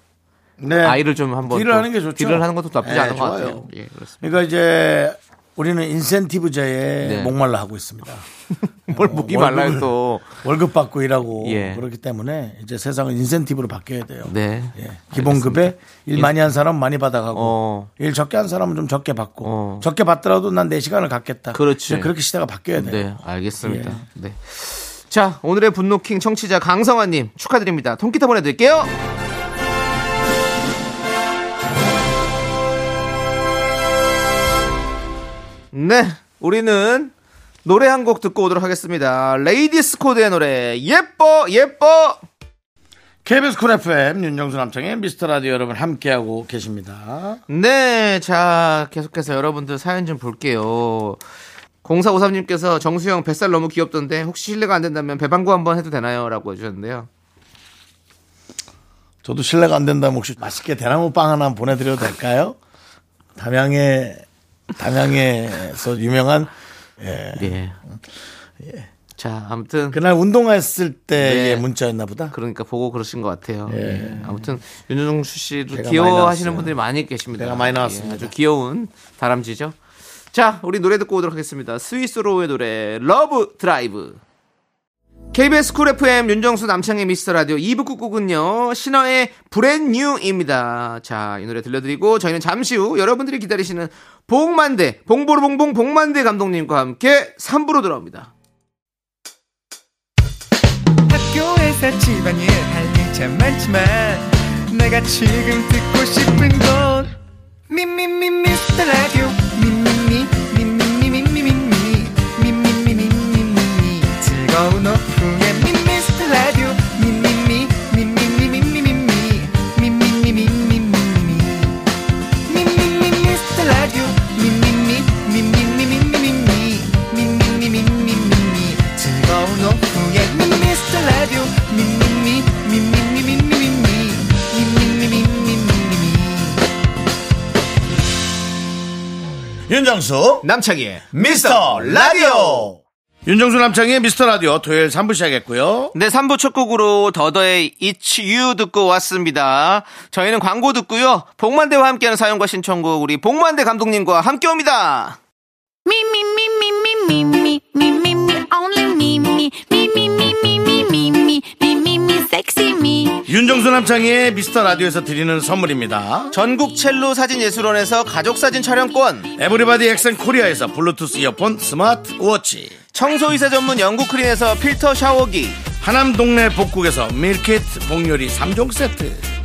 [SPEAKER 1] 네.
[SPEAKER 2] 아이를 좀 한번
[SPEAKER 1] 딜을
[SPEAKER 2] 또
[SPEAKER 1] 하는 게 좋죠.
[SPEAKER 2] 딜을 하는 것도 나쁘지
[SPEAKER 1] 예,
[SPEAKER 2] 않은 것
[SPEAKER 1] 좋아요.
[SPEAKER 2] 같아요. 예, 그렇습니다.
[SPEAKER 1] 그러니까 이제 우리는 인센티브제에
[SPEAKER 2] 네.
[SPEAKER 1] 목말라 하고 있습니다.
[SPEAKER 2] 뭘 목이
[SPEAKER 1] 어,
[SPEAKER 2] 말라요
[SPEAKER 1] 월급을-
[SPEAKER 2] 또.
[SPEAKER 1] 월급 받고 일하고
[SPEAKER 2] 예.
[SPEAKER 1] 그렇기 때문에 이제 세상은 인센티브로 바뀌어야 돼요.
[SPEAKER 2] 네.
[SPEAKER 1] 예. 기본급에 일 많이 한 사람은 많이 받아가고
[SPEAKER 2] 어.
[SPEAKER 1] 일 적게 한 사람은 좀 적게 받고
[SPEAKER 2] 어.
[SPEAKER 1] 적게 받더라도 난 내 시간을 갖겠다.
[SPEAKER 2] 그렇지.
[SPEAKER 1] 이제 그렇게 시대가 바뀌어야 돼요.
[SPEAKER 2] 네, 알겠습니다. 네. 자, 오늘의 분노킹 청취자 강성환님 축하드립니다. 통기타 보내드릴게요. 네, 우리는 노래 한 곡 듣고 오도록 하겠습니다. 레이디스 코드의 노래, 예뻐, 예뻐!
[SPEAKER 1] KBS 쿨 FM 윤정수 남창의 미스터 라디오 여러분 함께하고 계십니다.
[SPEAKER 2] 네, 자, 계속해서 여러분들 사연 좀 볼게요. 0453님께서 정수영 뱃살 너무 귀엽던데 혹시 실례가 안 된다면 배방구 한번 해도 되나요? 라고 해주셨는데요.
[SPEAKER 1] 저도 실례가 안 된다면 혹시 맛있게 대나무 빵 하나 보내드려도 될까요? 담양에 담양에서 유명한
[SPEAKER 2] 예. 자, 아무튼
[SPEAKER 1] 그날 운동했을
[SPEAKER 2] 네.
[SPEAKER 1] 때의 문자였나 보다.
[SPEAKER 2] 그러니까 보고 그러신 것 같아요. 예. 아무튼 윤종수 씨를
[SPEAKER 1] 제가 많이
[SPEAKER 2] 귀여워하시는
[SPEAKER 1] 나왔어요.
[SPEAKER 2] 분들이 많이 계십니다. 예,
[SPEAKER 1] 제가 많이 나왔습니다.
[SPEAKER 2] 아주 귀여운 다람쥐죠. 자, 우리 노래 듣고 오도록 하겠습니다. 스위스로우의 노래 러브 드라이브. KBS 쿨 FM 윤정수 남창의 미스터 라디오 2부 꾹꾹은요 신화의 브랜뉴입니다. 자, 이 노래 들려드리고 저희는 잠시 후 여러분들이 기다리시는 봉만대, 봉보르봉봉 봉만대 감독님과 함께 3부로 돌아옵니다.
[SPEAKER 5] 학교에서 집안일 할 일 참 많지만 내
[SPEAKER 4] 내가 지금 듣고 싶은 건 미미미 미스터 라디오 미미미 미미미 미미미 미미미 미미미 즐거운 오후에 미스터 라디오 미미미 미미미 미미미 미미미 미미미
[SPEAKER 6] 윤정수
[SPEAKER 2] 남창희의
[SPEAKER 6] 미스터 라디오
[SPEAKER 1] 윤정수 남창의 미스터 라디오 토요일 3부 시작했고요.
[SPEAKER 2] 네, 3부 첫 곡으로 더더의 It's You 듣고 왔습니다. 저희는 광고 듣고요. 복만대와 함께하는 사연과 신청곡 우리 복만대 감독님과 함께 옵니다.
[SPEAKER 3] Me, me, me, me, me, me, me, me, me, me, only me, me, me, me, me, me, me, me, me, me, me, me, sexy me.
[SPEAKER 1] 윤정수 남창의 미스터 라디오에서 드리는 선물입니다.
[SPEAKER 2] 전국 첼로 사진예술원에서 가족사진 촬영권,
[SPEAKER 1] 에브리바디 엑센 코리아에서 블루투스 이어폰 스마트 워치.
[SPEAKER 2] 청소이사 전문 영국 크린에서 필터 샤워기,
[SPEAKER 1] 하남 동네 복국에서 밀키트 복요리 3종 세트.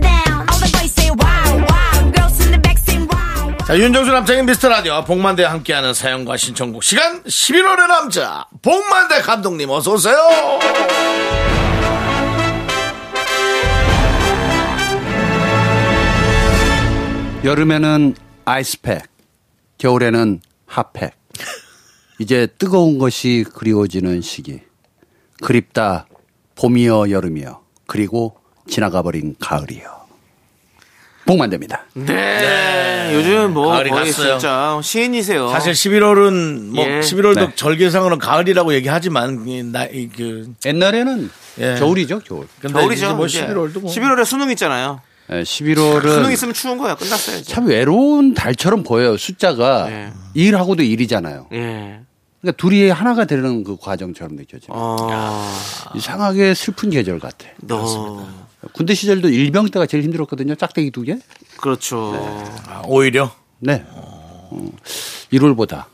[SPEAKER 3] down. All the boys say wow, wow, girls in the back say wow.
[SPEAKER 1] 자, 윤정수 남창의 미스터 라디오 복만대와 함께하는 사연과 신청곡 시간 11월의 남자 복만대 감독님 어서 오세요.
[SPEAKER 5] 여름에는 아이스팩, 겨울에는 핫팩. 이제 뜨거운 것이 그리워지는 시기. 그립다 봄이여 여름이여 그리고 지나가버린 가을이여. 복만됩니다.
[SPEAKER 2] 네. 요즘 뭐
[SPEAKER 1] 가을이
[SPEAKER 2] 거의
[SPEAKER 1] 갔어요.
[SPEAKER 2] 진짜 시인이세요.
[SPEAKER 1] 사실 11월은 뭐
[SPEAKER 2] 예.
[SPEAKER 1] 11월도
[SPEAKER 5] 네.
[SPEAKER 1] 절기상으로 가을이라고 얘기하지만 이 나, 이, 그,
[SPEAKER 5] 옛날에는
[SPEAKER 1] 예.
[SPEAKER 5] 겨울이죠 겨울.
[SPEAKER 1] 근데 이제
[SPEAKER 2] 겨울이죠.
[SPEAKER 1] 뭐
[SPEAKER 2] 이제.
[SPEAKER 1] 11월도 뭐 네.
[SPEAKER 2] 11월에 수능 있잖아요.
[SPEAKER 5] 예,
[SPEAKER 2] 수능
[SPEAKER 5] 11월은
[SPEAKER 2] 있으면 추운 거야. 끝났어요. 이제.
[SPEAKER 5] 참 외로운 달처럼 보여요 숫자가
[SPEAKER 2] 예.
[SPEAKER 5] 일하고도 일이잖아요.
[SPEAKER 2] 예.
[SPEAKER 5] 그러니까 둘이 하나가 되는 그 과정처럼 느껴져요.
[SPEAKER 2] 어.
[SPEAKER 5] 이상하게 슬픈 계절 같아.
[SPEAKER 2] 너.
[SPEAKER 5] 군대 시절도 일병 때가 제일 힘들었거든요. 짝대기 두 개.
[SPEAKER 2] 그렇죠.
[SPEAKER 1] 아, 오히려
[SPEAKER 5] 네. 어, 1월보다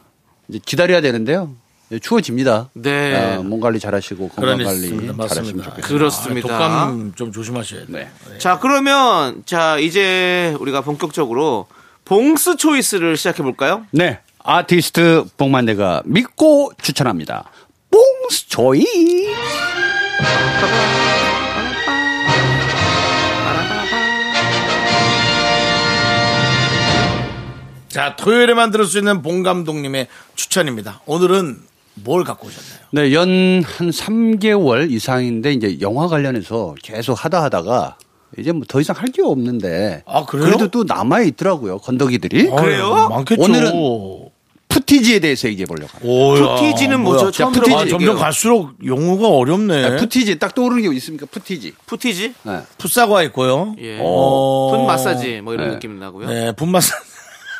[SPEAKER 5] 이제 기다려야 되는데요. 이제 추워집니다.
[SPEAKER 2] 네.
[SPEAKER 5] 아, 몸 관리 잘하시고 건강
[SPEAKER 1] 그런
[SPEAKER 5] 관리
[SPEAKER 1] 일이
[SPEAKER 5] 잘하시면
[SPEAKER 1] 맞습니다.
[SPEAKER 5] 좋겠어요.
[SPEAKER 2] 그렇습니다.
[SPEAKER 1] 독감 좀 조심하셔야 돼요.
[SPEAKER 2] 아, 네. 자, 그러면 자, 이제 우리가 본격적으로 봉스 초이스를 시작해 볼까요?
[SPEAKER 1] 그
[SPEAKER 5] 네. 아티스트 복만대가 믿고 추천합니다. 뽕스 조이.
[SPEAKER 1] 자, 토요일에만 들을 수 있는 봉 감독님의 추천입니다. 오늘은 뭘 갖고 오셨나요?
[SPEAKER 5] 네, 연 한 3개월 이상인데 이제 영화 관련해서 계속 하다 하다가 이제 뭐 더 이상 할 게 없는데
[SPEAKER 1] 아, 그래요?
[SPEAKER 5] 그래도 또 남아 있더라고요. 건더기들이.
[SPEAKER 2] 그래요?
[SPEAKER 1] 아유, 많겠죠.
[SPEAKER 5] 오늘은 푸티지에 대해서 얘기해 보려고 합니다.
[SPEAKER 1] 오야,
[SPEAKER 2] 푸티지는 뭐죠?
[SPEAKER 1] 뭐야.
[SPEAKER 2] 처음
[SPEAKER 1] 야, 푸티지.
[SPEAKER 2] 들어봐요.
[SPEAKER 1] 아, 점점 갈수록 용어가 어렵네.
[SPEAKER 5] 아, 푸티지 딱 떠오르는 게 있습니까? 푸티지.
[SPEAKER 2] 푸티지?
[SPEAKER 5] 네.
[SPEAKER 1] 풋사과 있고요.
[SPEAKER 2] 예.
[SPEAKER 1] 어,
[SPEAKER 2] 분 마사지 뭐 이런
[SPEAKER 5] 네.
[SPEAKER 2] 느낌 나고요.
[SPEAKER 1] 네, 분 마사지.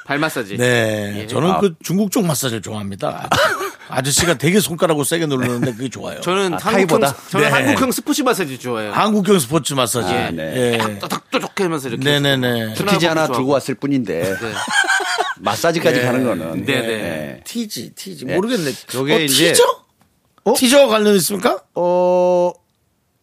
[SPEAKER 2] 발 마사지.
[SPEAKER 1] 네,
[SPEAKER 2] 예.
[SPEAKER 1] 저는
[SPEAKER 5] 아.
[SPEAKER 1] 그 중국 쪽 마사지를 좋아합니다. 아저씨가 되게 손가락으로 세게 누르는데 그게 좋아요.
[SPEAKER 2] 저는
[SPEAKER 5] 아,
[SPEAKER 2] 한국형
[SPEAKER 5] 타이보다?
[SPEAKER 2] 저는
[SPEAKER 1] 네.
[SPEAKER 2] 한국형 스포츠 마사지 좋아해요.
[SPEAKER 1] 한국형 스포츠 마사지.
[SPEAKER 2] 예.
[SPEAKER 5] 네.
[SPEAKER 1] 예.
[SPEAKER 2] 또닥또닥 하면서 이렇게.
[SPEAKER 1] 네네네.
[SPEAKER 5] 푸티지 하나 들고 왔을 뿐인데
[SPEAKER 2] 네.
[SPEAKER 5] 마사지까지 가는 거는
[SPEAKER 2] 네, 네.
[SPEAKER 5] 네.
[SPEAKER 1] 티지, 티지.
[SPEAKER 5] 네.
[SPEAKER 1] 모르겠네.
[SPEAKER 5] 저게
[SPEAKER 1] 어,
[SPEAKER 5] 이제-
[SPEAKER 1] 티저? 티저 관련 있습니까?
[SPEAKER 5] 어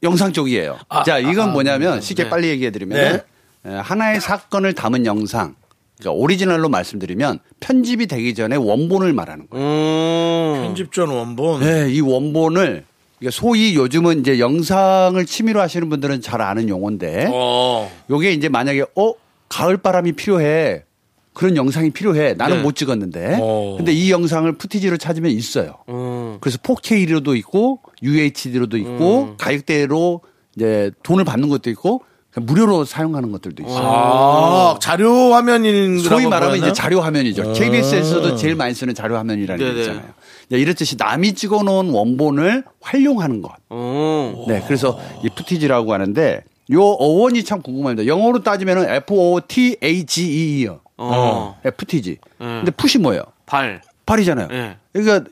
[SPEAKER 5] 영상 쪽이에요. 자 이건 뭐냐면 쉽게
[SPEAKER 2] 아, 네.
[SPEAKER 5] 빨리 얘기해드리면 하나의 사건을 담은 영상. 그러니까 오리지널로 말씀드리면 편집이 되기 전에 원본을 말하는 거예요.
[SPEAKER 2] 음.
[SPEAKER 1] 편집전 원본.
[SPEAKER 5] 어. 네, 이 원본을 이게 소위 요즘은 이제 영상을 취미로 하시는 분들은 잘 아는 용어인데
[SPEAKER 1] 어.
[SPEAKER 5] 요게 이제 만약에 어 가을 바람이 필요해 그런 영상이 필요해 나는
[SPEAKER 2] 네.
[SPEAKER 5] 못 찍었는데
[SPEAKER 1] 어. 음.
[SPEAKER 5] 근데 이 영상을 푸티지로 찾으면 있어요. 그래서 4K로도 있고 UHD로도 있고 가격대로 이제 돈을 받는 것도 있고 그냥 무료로 사용하는 것들도 있어요.
[SPEAKER 1] 아, 자료 화면인
[SPEAKER 5] 소위 말하면 이제 자료 화면이죠. KBS에서도 제일 많이 쓰는 자료 화면이라는
[SPEAKER 2] 어. 네네.
[SPEAKER 5] 게 있잖아요. 이제 이렇듯이 남이 찍어놓은 원본을 활용하는 것.
[SPEAKER 2] 오.
[SPEAKER 5] 네, 그래서 이 푸티지라고 하는데 요 어원이 참 궁금합니다. 영어로 따지면은 F O T A G E요. 네,
[SPEAKER 2] 어. 네.
[SPEAKER 5] 푸티지. 근데 푸시 뭐예요?
[SPEAKER 2] 발.
[SPEAKER 5] 팔이잖아요.
[SPEAKER 2] 예.
[SPEAKER 5] 그러니까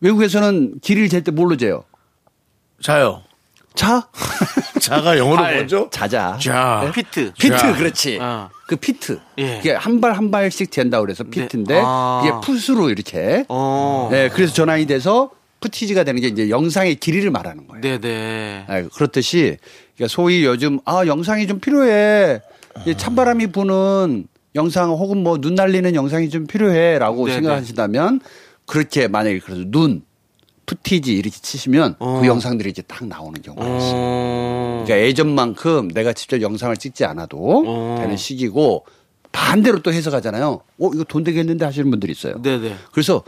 [SPEAKER 5] 외국에서는 길이를 잴 때 뭘로 재요?
[SPEAKER 1] 자요.
[SPEAKER 5] 차?
[SPEAKER 1] 자가 영어로
[SPEAKER 2] 팔.
[SPEAKER 1] 뭐죠?
[SPEAKER 5] 자자.
[SPEAKER 1] 자.
[SPEAKER 2] 피트.
[SPEAKER 5] 피트
[SPEAKER 1] 자.
[SPEAKER 5] 그렇지.
[SPEAKER 2] 아.
[SPEAKER 5] 그 피트.
[SPEAKER 2] 예.
[SPEAKER 5] 이게 한 발 한 발씩 잰다 그래서 피트인데
[SPEAKER 2] 아.
[SPEAKER 5] 이게 풋으로 이렇게.
[SPEAKER 2] 어.
[SPEAKER 5] 네, 그래서 전환이 돼서 푸티지가 되는 게 이제 영상의 길이를 말하는 거예요.
[SPEAKER 2] 네, 네.
[SPEAKER 5] 아, 그렇듯이 그러니까 소위 요즘 아 영상이 좀 필요해
[SPEAKER 2] 아.
[SPEAKER 5] 이 찬바람이 부는 영상 혹은 뭐 눈 날리는 영상이 좀 필요해라고
[SPEAKER 2] 네네.
[SPEAKER 5] 생각하신다면 그렇게 만약에 그래서 눈 푸티지 이렇게 치시면
[SPEAKER 2] 어.
[SPEAKER 5] 그 영상들이 이제 딱 나오는 경우가 있어요.
[SPEAKER 2] 어.
[SPEAKER 5] 그러니까 예전만큼 내가 직접 영상을 찍지 않아도
[SPEAKER 2] 어.
[SPEAKER 5] 되는 시기고 반대로 또 해석하잖아요. 어 이거 돈 되겠는데 하시는 분들이 있어요.
[SPEAKER 2] 네, 네.
[SPEAKER 5] 그래서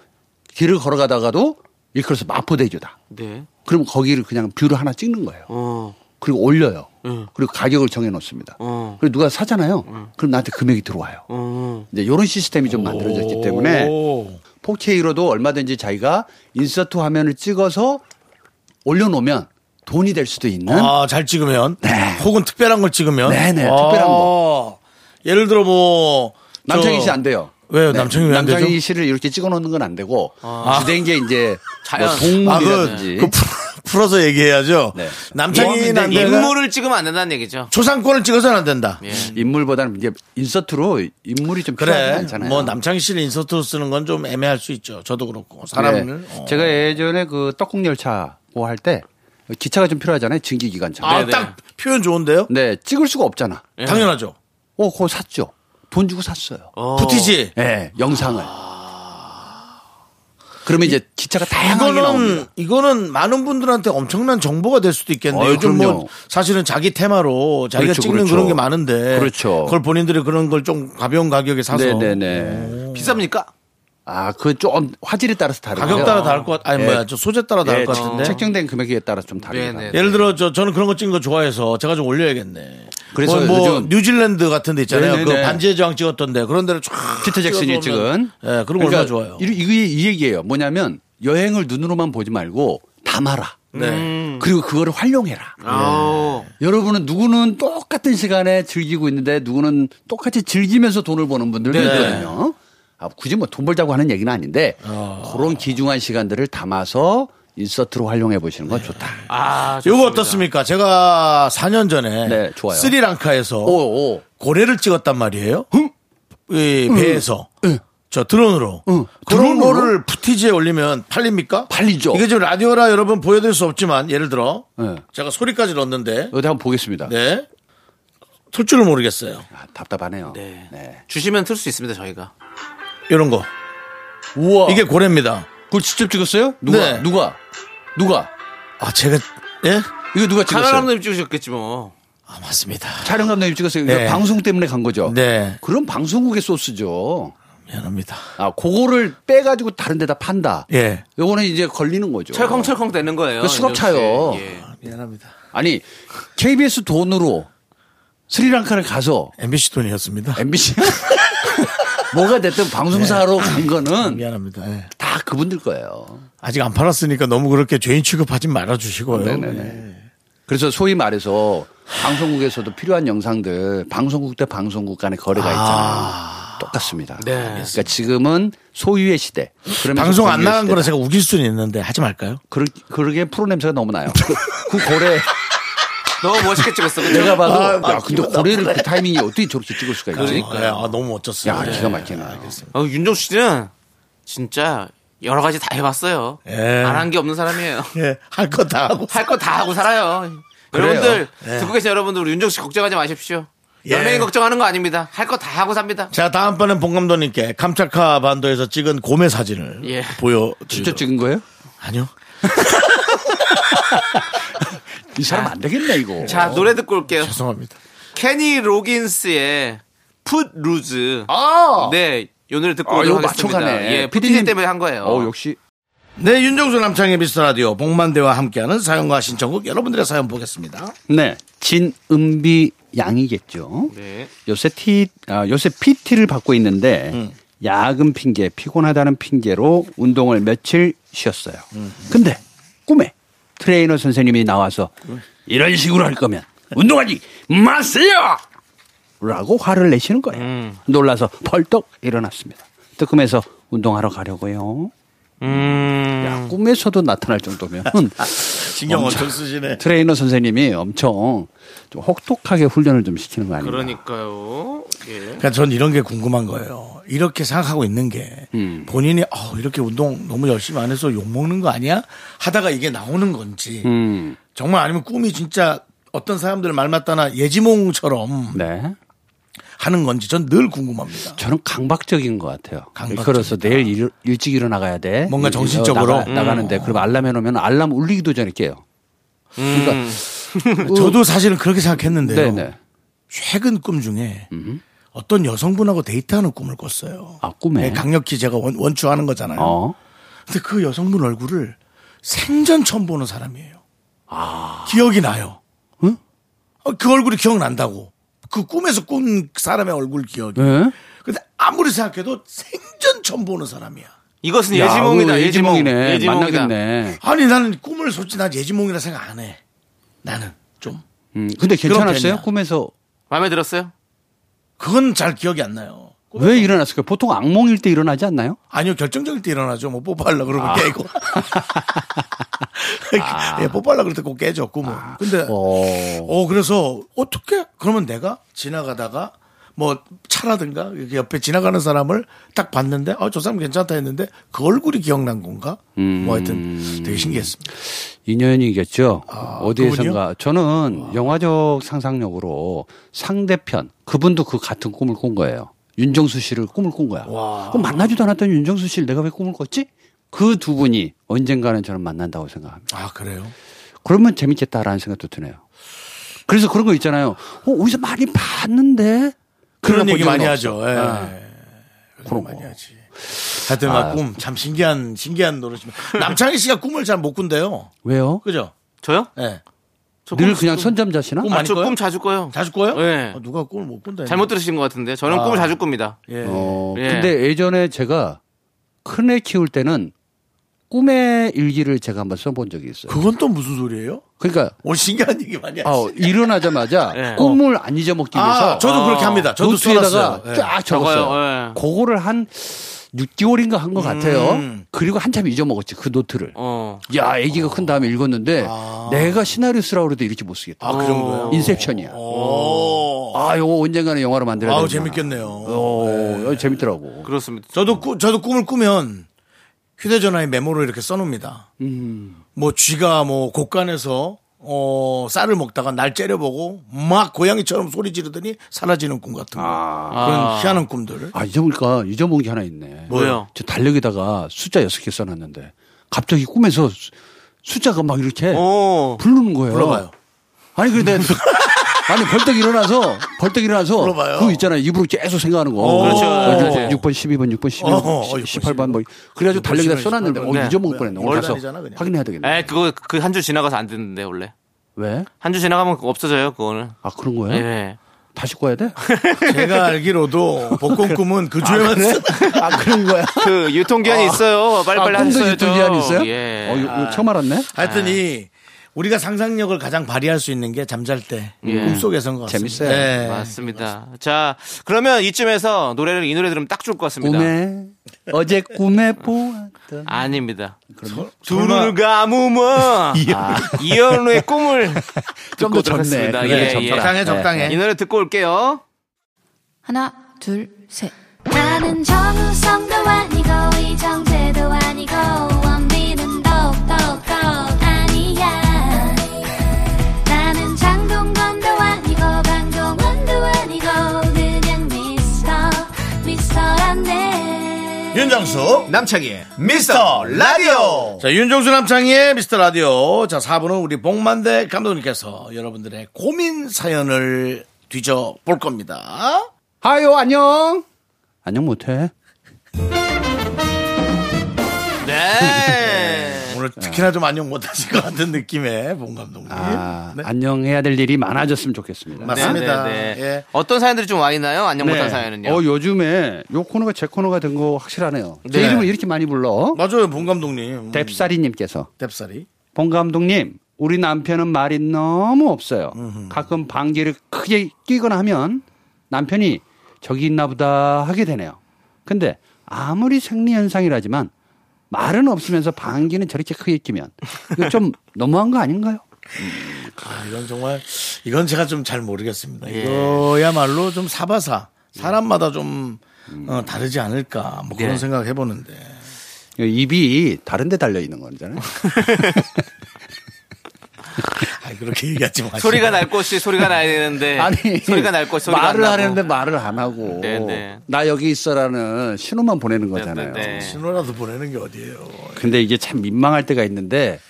[SPEAKER 5] 길을 걸어가다가도 일컬어서 마포대교다.
[SPEAKER 2] 네.
[SPEAKER 5] 그럼 거기를 그냥 뷰를 하나 찍는 거예요.
[SPEAKER 2] 어.
[SPEAKER 5] 그리고 올려요.
[SPEAKER 1] 어.
[SPEAKER 2] 응.
[SPEAKER 5] 그리고 가격을 정해놓습니다.
[SPEAKER 2] 어.
[SPEAKER 5] 그리고 누가 사잖아요. 그럼 나한테 금액이 들어와요.
[SPEAKER 2] 어.
[SPEAKER 5] 이제 이런 시스템이 좀 만들어졌기
[SPEAKER 1] 네.
[SPEAKER 5] 때문에
[SPEAKER 1] 오.
[SPEAKER 5] 4K로도 얼마든지 자기가 인서트 화면을 찍어서 올려놓으면 돈이 될 수도 있는
[SPEAKER 1] 아, 잘 찍으면. 혹은 특별한 걸 찍으면.
[SPEAKER 5] 네. 네네,
[SPEAKER 1] 아,
[SPEAKER 5] 특별한
[SPEAKER 1] 예를 들어 뭐. 저-
[SPEAKER 5] 남창희 씨 안 돼요. 네,
[SPEAKER 1] 왜요? 남창희 왜안 되죠?
[SPEAKER 5] 남창희 씨를 이렇게 찍어놓는 건 안 되고 주된 게 이제
[SPEAKER 2] 자연.
[SPEAKER 5] 뭐
[SPEAKER 1] 아,
[SPEAKER 5] 동물이라든지
[SPEAKER 1] 그, 그 풀- 풀어서 얘기해야죠.
[SPEAKER 5] 네.
[SPEAKER 1] 남창희
[SPEAKER 2] 근데
[SPEAKER 1] 남자
[SPEAKER 2] 인물을 찍으면 안 된다는 얘기죠.
[SPEAKER 1] 초상권을 찍어서는 안 된다.
[SPEAKER 2] 예.
[SPEAKER 5] 인물보다는 이제 인서트로 인물이 좀 필요하지
[SPEAKER 1] 그래.
[SPEAKER 5] 않잖아요.
[SPEAKER 1] 뭐 남창희 씨를 인서트로 쓰는 건 좀 애매할 수 있죠. 저도 그렇고 사람을.
[SPEAKER 5] 네.
[SPEAKER 1] 어.
[SPEAKER 5] 제가 예전에 그 떡국 열차 뭐 할 때 기차가 좀 필요하잖아요. 증기 기관차.
[SPEAKER 1] 아,
[SPEAKER 2] 네네.
[SPEAKER 1] 딱 표현 좋은데요?
[SPEAKER 5] 네, 찍을 수가 없잖아.
[SPEAKER 1] 당연하죠.
[SPEAKER 5] 어, 그거 샀죠. 돈 주고 샀어요.
[SPEAKER 2] 어.
[SPEAKER 1] 푸티지.
[SPEAKER 5] 예, 영상을. 그러면 이제 기차가 다양하게
[SPEAKER 1] 이거는
[SPEAKER 5] 나옵니다.
[SPEAKER 1] 이거는 많은 분들한테 엄청난 정보가 될 수도 있겠는데
[SPEAKER 5] 아유,
[SPEAKER 1] 요즘 뭐
[SPEAKER 5] 어, 그럼요.
[SPEAKER 1] 사실은 자기 테마로 자기가
[SPEAKER 5] 그렇죠,
[SPEAKER 1] 찍는
[SPEAKER 5] 그렇죠.
[SPEAKER 1] 그런게 많은데
[SPEAKER 5] 그렇죠.
[SPEAKER 1] 그걸 본인들이 그런 걸 좀 가벼운 가격에 사서
[SPEAKER 5] 네, 네, 네.
[SPEAKER 2] 비쌉니까?
[SPEAKER 5] 아, 그 좀 화질에 따라서 다르죠.
[SPEAKER 1] 가격 따라 다를 것 같, 아니 뭐야 저 소재 따라 다를
[SPEAKER 5] 예,
[SPEAKER 1] 것 같은데
[SPEAKER 5] 책정된 금액에 따라 좀
[SPEAKER 2] 네,
[SPEAKER 5] 다르다.
[SPEAKER 2] 네.
[SPEAKER 1] 예를 들어 저 저는 그런 거 찍는 거 좋아해서 제가 좀 올려야겠네.
[SPEAKER 5] 그래서
[SPEAKER 1] 뭐, 뭐
[SPEAKER 5] 요즘-
[SPEAKER 1] 뉴질랜드 같은 데 있잖아요.
[SPEAKER 5] 네네네.
[SPEAKER 1] 그 반지의 저항 찍었던데 그런 데를 쫙
[SPEAKER 5] 피터 잭슨이
[SPEAKER 1] 찍어놓으면-
[SPEAKER 5] 찍은.
[SPEAKER 1] 아,
[SPEAKER 5] 그러니까
[SPEAKER 1] 예, 그런 거 얼마나 좋아요.
[SPEAKER 5] 이, 이, 이 얘기예요. 뭐냐면 여행을 눈으로만 보지 말고 담아라.
[SPEAKER 1] 네.
[SPEAKER 5] 그리고 그거를 활용해라.
[SPEAKER 2] 아우.
[SPEAKER 5] 여러분은 누구는 똑같은 시간에 즐기고 있는데 누구는 똑같이 즐기면서 돈을 버는 분들도
[SPEAKER 1] 네.
[SPEAKER 5] 있거든요. 아, 굳이 뭐 돈 벌자고 하는 얘기는 아닌데 그런 귀중한 시간들을 담아서 인서트로 활용해 보시는
[SPEAKER 1] 네.
[SPEAKER 5] 건 좋다.
[SPEAKER 2] 아,
[SPEAKER 1] 요거
[SPEAKER 2] 좋습니다.
[SPEAKER 1] 어떻습니까? 제가 4년 전에
[SPEAKER 5] 네, 좋아요.
[SPEAKER 1] 스리랑카에서
[SPEAKER 5] 오, 오.
[SPEAKER 1] 고래를 찍었단 말이에요. 이 배에서 저 드론으로 그런
[SPEAKER 5] 음. 예. 드론으로?
[SPEAKER 1] 거를 푸티지에 올리면 팔립니까?
[SPEAKER 5] 팔리죠.
[SPEAKER 1] 이게 지금 라디오라 여러분 보여드릴 수 없지만 예를 들어
[SPEAKER 5] 네.
[SPEAKER 1] 제가 소리까지 넣었는데
[SPEAKER 5] 어디 한번 보겠습니다.
[SPEAKER 1] 네. 틀 줄을 모르겠어요.
[SPEAKER 5] 아, 답답하네요.
[SPEAKER 2] 네.
[SPEAKER 5] 네.
[SPEAKER 2] 주시면 틀 수 있습니다, 저희가.
[SPEAKER 1] 이런 거
[SPEAKER 5] 우와.
[SPEAKER 1] 이게
[SPEAKER 5] 이게
[SPEAKER 1] 고래입니다.
[SPEAKER 5] 그걸 직접 찍었어요? 누가?
[SPEAKER 1] 네.
[SPEAKER 5] 누가? 누가?
[SPEAKER 1] 아 제가 예?
[SPEAKER 5] 이거 누가 찍었어요?
[SPEAKER 2] 카메라 감독님 찍으셨겠지 뭐.
[SPEAKER 1] 아 맞습니다.
[SPEAKER 5] 촬영 감독님 찍었어요. 이거
[SPEAKER 1] 네.
[SPEAKER 5] 방송 때문에 간 거죠.
[SPEAKER 1] 네
[SPEAKER 5] 그럼 방송국의 소스죠.
[SPEAKER 1] 미안합니다.
[SPEAKER 5] 아, 그거를 빼가지고 다른 데다 판다.
[SPEAKER 1] 예
[SPEAKER 5] 요거는 이제 걸리는 거죠.
[SPEAKER 2] 철컹철컹 되는 거예요.
[SPEAKER 5] 그 수갑 차요.
[SPEAKER 2] 윤정 씨. 예.
[SPEAKER 1] 미안합니다.
[SPEAKER 5] 아니 KBS 돈으로 스리랑카를 가서
[SPEAKER 1] MBC 돈이었습니다.
[SPEAKER 5] MBC 뭐가 됐든 방송사로
[SPEAKER 1] 네.
[SPEAKER 5] 간 거는
[SPEAKER 1] 미안합니다. 예.
[SPEAKER 5] 다 그분들 거예요.
[SPEAKER 1] 아직 안 팔았으니까 너무 그렇게 죄인 취급하지 말아주시고요. 예.
[SPEAKER 5] 그래서 소위 말해서 방송국에서도 필요한 영상들 방송국 대 방송국 간의 거래가
[SPEAKER 1] 아.
[SPEAKER 5] 있잖아요. 똑같습니다. 그러니까 지금은 소유의 시대. 그러면서
[SPEAKER 1] 방송 안
[SPEAKER 5] 공유의
[SPEAKER 1] 나간 거라
[SPEAKER 5] 시대다.
[SPEAKER 1] 제가 우길 수는 있는데 하지 말까요?
[SPEAKER 5] 그러, 그러게 프로 냄새가 너무 나요. 그 고래
[SPEAKER 2] 너무 멋있게 찍었어. 그죠? 그러니까.
[SPEAKER 5] 내가 봐도
[SPEAKER 2] 아,
[SPEAKER 5] 야 근데 고래를 그 타이밍이 어떻게 저렇게 찍을 수가 있지?
[SPEAKER 1] 예, 아, 너무 멋졌어요.
[SPEAKER 5] 야
[SPEAKER 1] 예.
[SPEAKER 5] 기가 막히네.
[SPEAKER 2] 어, 윤정 씨는 진짜 여러 가지 다 해봤어요.
[SPEAKER 1] 예.
[SPEAKER 2] 안 한 게 없는 사람이에요.
[SPEAKER 1] 예, 할 거 다 하고.
[SPEAKER 2] 할 거 다 하고 살아요.
[SPEAKER 5] 그래요. 예.
[SPEAKER 2] 여러분들 듣고 계신 여러분들 우리 윤정 씨 걱정하지 마십시오.
[SPEAKER 1] 예.
[SPEAKER 2] 연예인 걱정하는 거 아닙니다. 할 거 다 하고 삽니다.
[SPEAKER 1] 자, 다음번엔 봉 감독님께 캄차카 반도에서 찍은 곰의 사진을
[SPEAKER 2] 예.
[SPEAKER 5] 직접
[SPEAKER 1] 보여드리도록.
[SPEAKER 5] 찍은 거예요?
[SPEAKER 1] 아니요.
[SPEAKER 5] 이 사람 안 되겠네 이거.
[SPEAKER 2] 자 노래 듣고 올게요.
[SPEAKER 1] 죄송합니다.
[SPEAKER 2] 케니 로긴스의 풋 루즈.
[SPEAKER 5] 아,
[SPEAKER 2] 네, 이 노래 듣고
[SPEAKER 5] 아,
[SPEAKER 2] 오도록
[SPEAKER 5] 이거
[SPEAKER 2] 하겠습니다.
[SPEAKER 5] 맞춰가네.
[SPEAKER 2] 예, 피디님 때문에 한 거예요.
[SPEAKER 5] 어 역시
[SPEAKER 1] 네, 윤정수 남창의 미스터 라디오 복만대와 함께하는 사연과 신청곡 여러분들의 사연 보겠습니다.
[SPEAKER 5] 네 진은비 양이겠죠.
[SPEAKER 2] 네.
[SPEAKER 5] 요새 티 아, 요새 PT를 받고 있는데 야근 핑계 피곤하다는 핑계로 운동을 며칠 쉬었어요. 근데 꿈에 트레이너 선생님이 나와서 이런 식으로 할 거면 운동하지 마세요. 라고 화를 내시는 거예요. 놀라서 벌떡 일어났습니다. 뜨끔해서 운동하러 가려고요.
[SPEAKER 2] 음.
[SPEAKER 5] 야, 꿈에서도 나타날 정도면
[SPEAKER 1] 신경 엄청 쓰시네.
[SPEAKER 5] 트레이너 선생님이 엄청 좀 혹독하게 훈련을 좀 시키는 거 아닌가.
[SPEAKER 2] 그러니까. 그러니까요. 예.
[SPEAKER 1] 그러니까 전 이런 게 궁금한 거예요. 이렇게 생각하고 있는 게
[SPEAKER 5] 음.
[SPEAKER 1] 본인이 어, 이렇게 운동 너무 열심히 안 해서 욕 먹는 거 아니야? 하다가 이게 나오는 건지
[SPEAKER 5] 음,
[SPEAKER 1] 정말 아니면 꿈이 진짜 어떤 사람들 말 맞다나 예지몽처럼
[SPEAKER 5] 네.
[SPEAKER 1] 하는 건지 전 늘 궁금합니다.
[SPEAKER 5] 저는 강박적인 것 같아요.
[SPEAKER 1] 강박적이다.
[SPEAKER 5] 그래서 내일 일, 일찍 일어나가야 돼.
[SPEAKER 1] 뭔가
[SPEAKER 5] 일찍
[SPEAKER 1] 정신적으로?
[SPEAKER 5] 나가, 나가는데 그럼 알람 해놓으면 알람 울리기도 전에 깨요. 그러니까
[SPEAKER 1] 저도 사실은 그렇게 생각했는데요.
[SPEAKER 5] 네네.
[SPEAKER 1] 최근 꿈 중에 어떤 여성분하고 데이트하는 꿈을 꿨어요.
[SPEAKER 5] 아, 꿈에?
[SPEAKER 1] 네, 강력히 제가 원, 원추하는 거잖아요.
[SPEAKER 5] 어.
[SPEAKER 1] 근데 그 여성분 얼굴을 생전 처음 보는 사람이에요. 기억이 나요.
[SPEAKER 5] 응?
[SPEAKER 1] 어, 그 얼굴이 기억난다고. 그 꿈에서 꾼 사람의 얼굴 기억이.
[SPEAKER 5] 네?
[SPEAKER 1] 근데 아무리 생각해도 생전 처음 보는 사람이야.
[SPEAKER 2] 이것은
[SPEAKER 5] 야,
[SPEAKER 2] 예지몽이다.
[SPEAKER 5] 어,
[SPEAKER 2] 예지몽.
[SPEAKER 5] 예지몽이네.
[SPEAKER 2] 예지몽이다.
[SPEAKER 5] 만나겠네.
[SPEAKER 1] 아니 나는 꿈을 솔직히 난 예지몽이라 생각 안 해. 나는 좀.
[SPEAKER 5] 음, 근데 괜찮았어요?
[SPEAKER 1] 됐냐?
[SPEAKER 5] 꿈에서
[SPEAKER 2] 마음에 들었어요?
[SPEAKER 1] 그건 잘 기억이 안 나요.
[SPEAKER 5] 왜 일어났을까요? 보통 악몽일 때 일어나지 않나요?
[SPEAKER 1] 아니요 결정적일 때 일어나죠. 뭐 뽀뽀하려 그러고
[SPEAKER 5] 아.
[SPEAKER 1] 깨고. 예, 뽀뽀하려 그럴 때꼭 깨죠 꿈은. 근데
[SPEAKER 5] 아. 어.
[SPEAKER 1] 어, 그래서 어떻게? 그러면 내가 지나가다가 뭐 차라든가 이렇게 옆에 지나가는 사람을 딱 봤는데 어, 저 사람 괜찮다 했는데 그 얼굴이 기억난 건가? 뭐 하여튼 되게 신기했습니다.
[SPEAKER 5] 인연이겠죠.
[SPEAKER 1] 아,
[SPEAKER 5] 어디에선가. 저는 영화적 상상력으로 상대편, 그분도 그 같은 꿈을 꾼 거예요. 윤정수 씨를 꿈을 꾼 거야. 그럼 만나지도 않았던 윤정수 씨를 내가 왜 꿈을 꿨지? 그 두 분이 언젠가는 저는 만난다고 생각합니다.
[SPEAKER 1] 아, 그래요?
[SPEAKER 5] 그러면 재밌겠다라는 생각도 드네요. 그래서 그런 거 있잖아요. 어, 어디서 많이 봤는데?
[SPEAKER 1] 그런
[SPEAKER 5] 그러나
[SPEAKER 1] 얘기
[SPEAKER 5] 본 적은
[SPEAKER 1] 많이
[SPEAKER 5] 없어.
[SPEAKER 1] 하죠. 예.
[SPEAKER 5] 아.
[SPEAKER 1] 그런
[SPEAKER 5] 그런
[SPEAKER 1] 거 많이
[SPEAKER 5] 거.
[SPEAKER 1] 하지. 하여튼 아, 꿈참 신기한 신기한 노릇입니다. 남창희 씨가 꿈을 잘 못 꾼대요.
[SPEAKER 5] 왜요?
[SPEAKER 1] 그죠?
[SPEAKER 2] 저요?
[SPEAKER 1] 예.
[SPEAKER 2] 저
[SPEAKER 5] 늘
[SPEAKER 2] 꿈-
[SPEAKER 5] 그냥 선잠자시나?
[SPEAKER 1] 꿈
[SPEAKER 2] 아,
[SPEAKER 1] 많이
[SPEAKER 2] 저
[SPEAKER 1] 꿔요?
[SPEAKER 2] 꿈 자주 꿔요.
[SPEAKER 1] 자주 꿔요?
[SPEAKER 2] 예.
[SPEAKER 1] 아, 누가 꿈을 못 꾼다.
[SPEAKER 2] 잘못 들으신 것 같은데 저는
[SPEAKER 1] 아.
[SPEAKER 2] 꿈을 자주 꿉니다.
[SPEAKER 1] 예.
[SPEAKER 5] 어,
[SPEAKER 2] 예.
[SPEAKER 5] 근데 예전에 제가 큰 애 키울 때는 꿈의 일기를 제가 한번 써본 적이 있어요.
[SPEAKER 1] 그건 또 무슨 소리예요?
[SPEAKER 5] 그러니까
[SPEAKER 1] 오 신기한 얘기 많이 하시네.
[SPEAKER 5] 어, 일어나자마자
[SPEAKER 2] 예.
[SPEAKER 5] 꿈을 안 잊어먹기 위해서
[SPEAKER 1] 아, 저도 그렇게 합니다. 저도
[SPEAKER 5] 노트에다가
[SPEAKER 1] 써놨어요. 예.
[SPEAKER 5] 쫙 적었어요.
[SPEAKER 2] 적어요, 예.
[SPEAKER 5] 그거를 한 6개월인가 한
[SPEAKER 1] 음.
[SPEAKER 5] 것 같아요. 그리고 한참 잊어먹었지 그 노트를.
[SPEAKER 2] 어.
[SPEAKER 5] 야, 아기가 큰 다음에 읽었는데 내가 시나리오 쓰라고 그래도 이렇게 못 쓰겠다.
[SPEAKER 1] 아, 그런 거예요?
[SPEAKER 5] 어. 인셉션이야.
[SPEAKER 1] 오.
[SPEAKER 5] 아, 요거 언젠가는 영화로 만들어야
[SPEAKER 1] 어. 아우
[SPEAKER 5] 되나.
[SPEAKER 1] 재밌겠네요.
[SPEAKER 5] 어, 재밌더라고.
[SPEAKER 2] 그렇습니다.
[SPEAKER 1] 저도 꾸, 저도 꿈을 꾸면 휴대전화에 메모를 이렇게 써놓습니다.
[SPEAKER 5] 음.
[SPEAKER 1] 뭐 쥐가 뭐 곡간에서 어 쌀을 먹다가 날 째려보고 막 고양이처럼 소리 지르더니 사라지는 꿈 같은 거 그런 희한한 꿈들.
[SPEAKER 5] 아, 잊어보니까 잊어먹은 게 하나 있네.
[SPEAKER 2] 뭐요?
[SPEAKER 5] 저 달력에다가 숫자 여섯 개 써놨는데 갑자기 꿈에서 수- 숫자가 막 이렇게
[SPEAKER 2] 어.
[SPEAKER 5] 부르는 거예요.
[SPEAKER 1] 네, 불러봐요.
[SPEAKER 5] 아니 그런데 아니 벌떡 일어나서 벌떡 일어나서
[SPEAKER 1] 불러봐요.
[SPEAKER 5] 그거 있잖아요. 입으로 계속 생각하는 거.
[SPEAKER 1] 어,
[SPEAKER 2] 그렇죠.
[SPEAKER 5] 그래서
[SPEAKER 2] 어.
[SPEAKER 5] 6번, 12번, 6번, 11번,
[SPEAKER 1] 어, 어,
[SPEAKER 5] 18번 뭐 그래가지고
[SPEAKER 1] 6번,
[SPEAKER 5] 달력에다
[SPEAKER 1] 18번.
[SPEAKER 5] 써놨는데 어
[SPEAKER 2] 네.
[SPEAKER 5] 잊어먹을 뻔했네.
[SPEAKER 1] 월
[SPEAKER 5] 오늘 가서
[SPEAKER 1] 단위잖아, 그냥.
[SPEAKER 5] 확인해야 되겠네.
[SPEAKER 2] 에 그거 그 한 주 지나가서 안 듣는데 원래
[SPEAKER 5] 왜?
[SPEAKER 2] 한 주 지나가면 그거 없어져요 그거는.
[SPEAKER 5] 아 그런 거예요?
[SPEAKER 1] 네.
[SPEAKER 2] 예.
[SPEAKER 5] 다시 꺼야 돼?
[SPEAKER 1] 제가 알기로도 복권 꿈은 그 주에만
[SPEAKER 5] 그래?
[SPEAKER 1] 쓰.
[SPEAKER 5] 아 그런 거야?
[SPEAKER 2] 그 유통기한이 있어요. 빨리빨리
[SPEAKER 5] 아, 꿈도
[SPEAKER 2] 하셔야죠.
[SPEAKER 5] 유통기한 있어요?
[SPEAKER 2] 예.
[SPEAKER 5] 어, 이거, 이거 처음 알았네.
[SPEAKER 1] 하여튼 이 우리가 상상력을 가장 발휘할 수 있는 게 잠잘 때
[SPEAKER 2] 예.
[SPEAKER 1] 꿈속에선 것 같습니다.
[SPEAKER 5] 재밌어요.
[SPEAKER 1] 예.
[SPEAKER 2] 네. 맞습니다. 자, 그러면 이쯤에서 노래를 이 노래 들으면 딱 좋을 것 같습니다. 아,
[SPEAKER 5] 꿈에 어제 꿈에 보았던
[SPEAKER 2] 아닙니다. 아,
[SPEAKER 1] 설마-
[SPEAKER 2] 두루를 가무면 이현우의 꿈을
[SPEAKER 5] 좀더
[SPEAKER 2] 듣고
[SPEAKER 5] 적네.
[SPEAKER 2] 들었습니다.
[SPEAKER 5] 그래,
[SPEAKER 2] 예, 예.
[SPEAKER 1] 적당해 적당해.
[SPEAKER 2] 이 노래 듣고 올게요.
[SPEAKER 3] 하나, 둘, 셋.
[SPEAKER 7] 나는 정우성도 아니고 이정재도 아니고 원빈은 더욱더 아니야 나는 장동건도 아니고 강동원도 아니고 그냥 미스터 미스터란데
[SPEAKER 6] 윤정수 남창희의 미스터 라디오
[SPEAKER 1] 자, 윤종수 남창희의 미스터 라디오. 자, 4부는 우리 복만대 감독님께서 여러분들의 고민 사연을 뒤져 볼 겁니다.
[SPEAKER 5] 하요 안녕. 네? 안녕 못해.
[SPEAKER 2] 네.
[SPEAKER 1] 오늘 특히나 좀 안녕 못하실 것 같은 느낌의 봉 감독님.
[SPEAKER 5] 아,
[SPEAKER 1] 네.
[SPEAKER 5] 안녕해야 될 일이 많아졌으면 좋겠습니다.
[SPEAKER 1] 맞습니다.
[SPEAKER 2] 네, 네.
[SPEAKER 1] 예.
[SPEAKER 2] 어떤 사연들이 좀 와 있나요? 안녕 못한 사연은요.
[SPEAKER 5] 어 요즘에 요 코너가 제 코너가 된 거 확실하네요. 제
[SPEAKER 1] 네.
[SPEAKER 5] 이름을 이렇게 많이 불러.
[SPEAKER 1] 맞아요, 봉 감독님. 음,
[SPEAKER 5] 뎁사리님께서
[SPEAKER 1] 뎁살이.
[SPEAKER 5] 봉 감독님, 우리 남편은 말이 너무 없어요. 가끔 방귀를 크게 끼거나 하면 남편이 저기 있나보다 하게 되네요. 근데 아무리 생리 현상이라지만 말은 없으면서 방귀는 저렇게 크게 끼면 이거 좀 너무한 거 아닌가요?
[SPEAKER 1] 아, 이건 정말 이건 제가 좀 잘 모르겠습니다. 이거야말로 좀 사바사 사람마다 좀 어, 다르지 않을까 뭐 그런
[SPEAKER 2] 네.
[SPEAKER 1] 생각 해보는데
[SPEAKER 5] 예, 입이 다른데 달려 있는 거잖아요.
[SPEAKER 1] 아, 그렇게 얘기하지 마시고
[SPEAKER 2] 소리가 날 곳이 소리가 나야 되는데
[SPEAKER 5] 아니
[SPEAKER 2] 네. 소리가 날 곳이 소리가
[SPEAKER 5] 말을
[SPEAKER 2] 안 나고.
[SPEAKER 5] 하는데 말을 안 하고
[SPEAKER 2] 네, 네.
[SPEAKER 5] 나 여기 있어라는 신호만 보내는
[SPEAKER 2] 네, 네,
[SPEAKER 5] 거잖아요.
[SPEAKER 2] 네.
[SPEAKER 1] 신호라도 보내는 게 어디예요?
[SPEAKER 5] 근데 이게 참 민망할 때가 있는데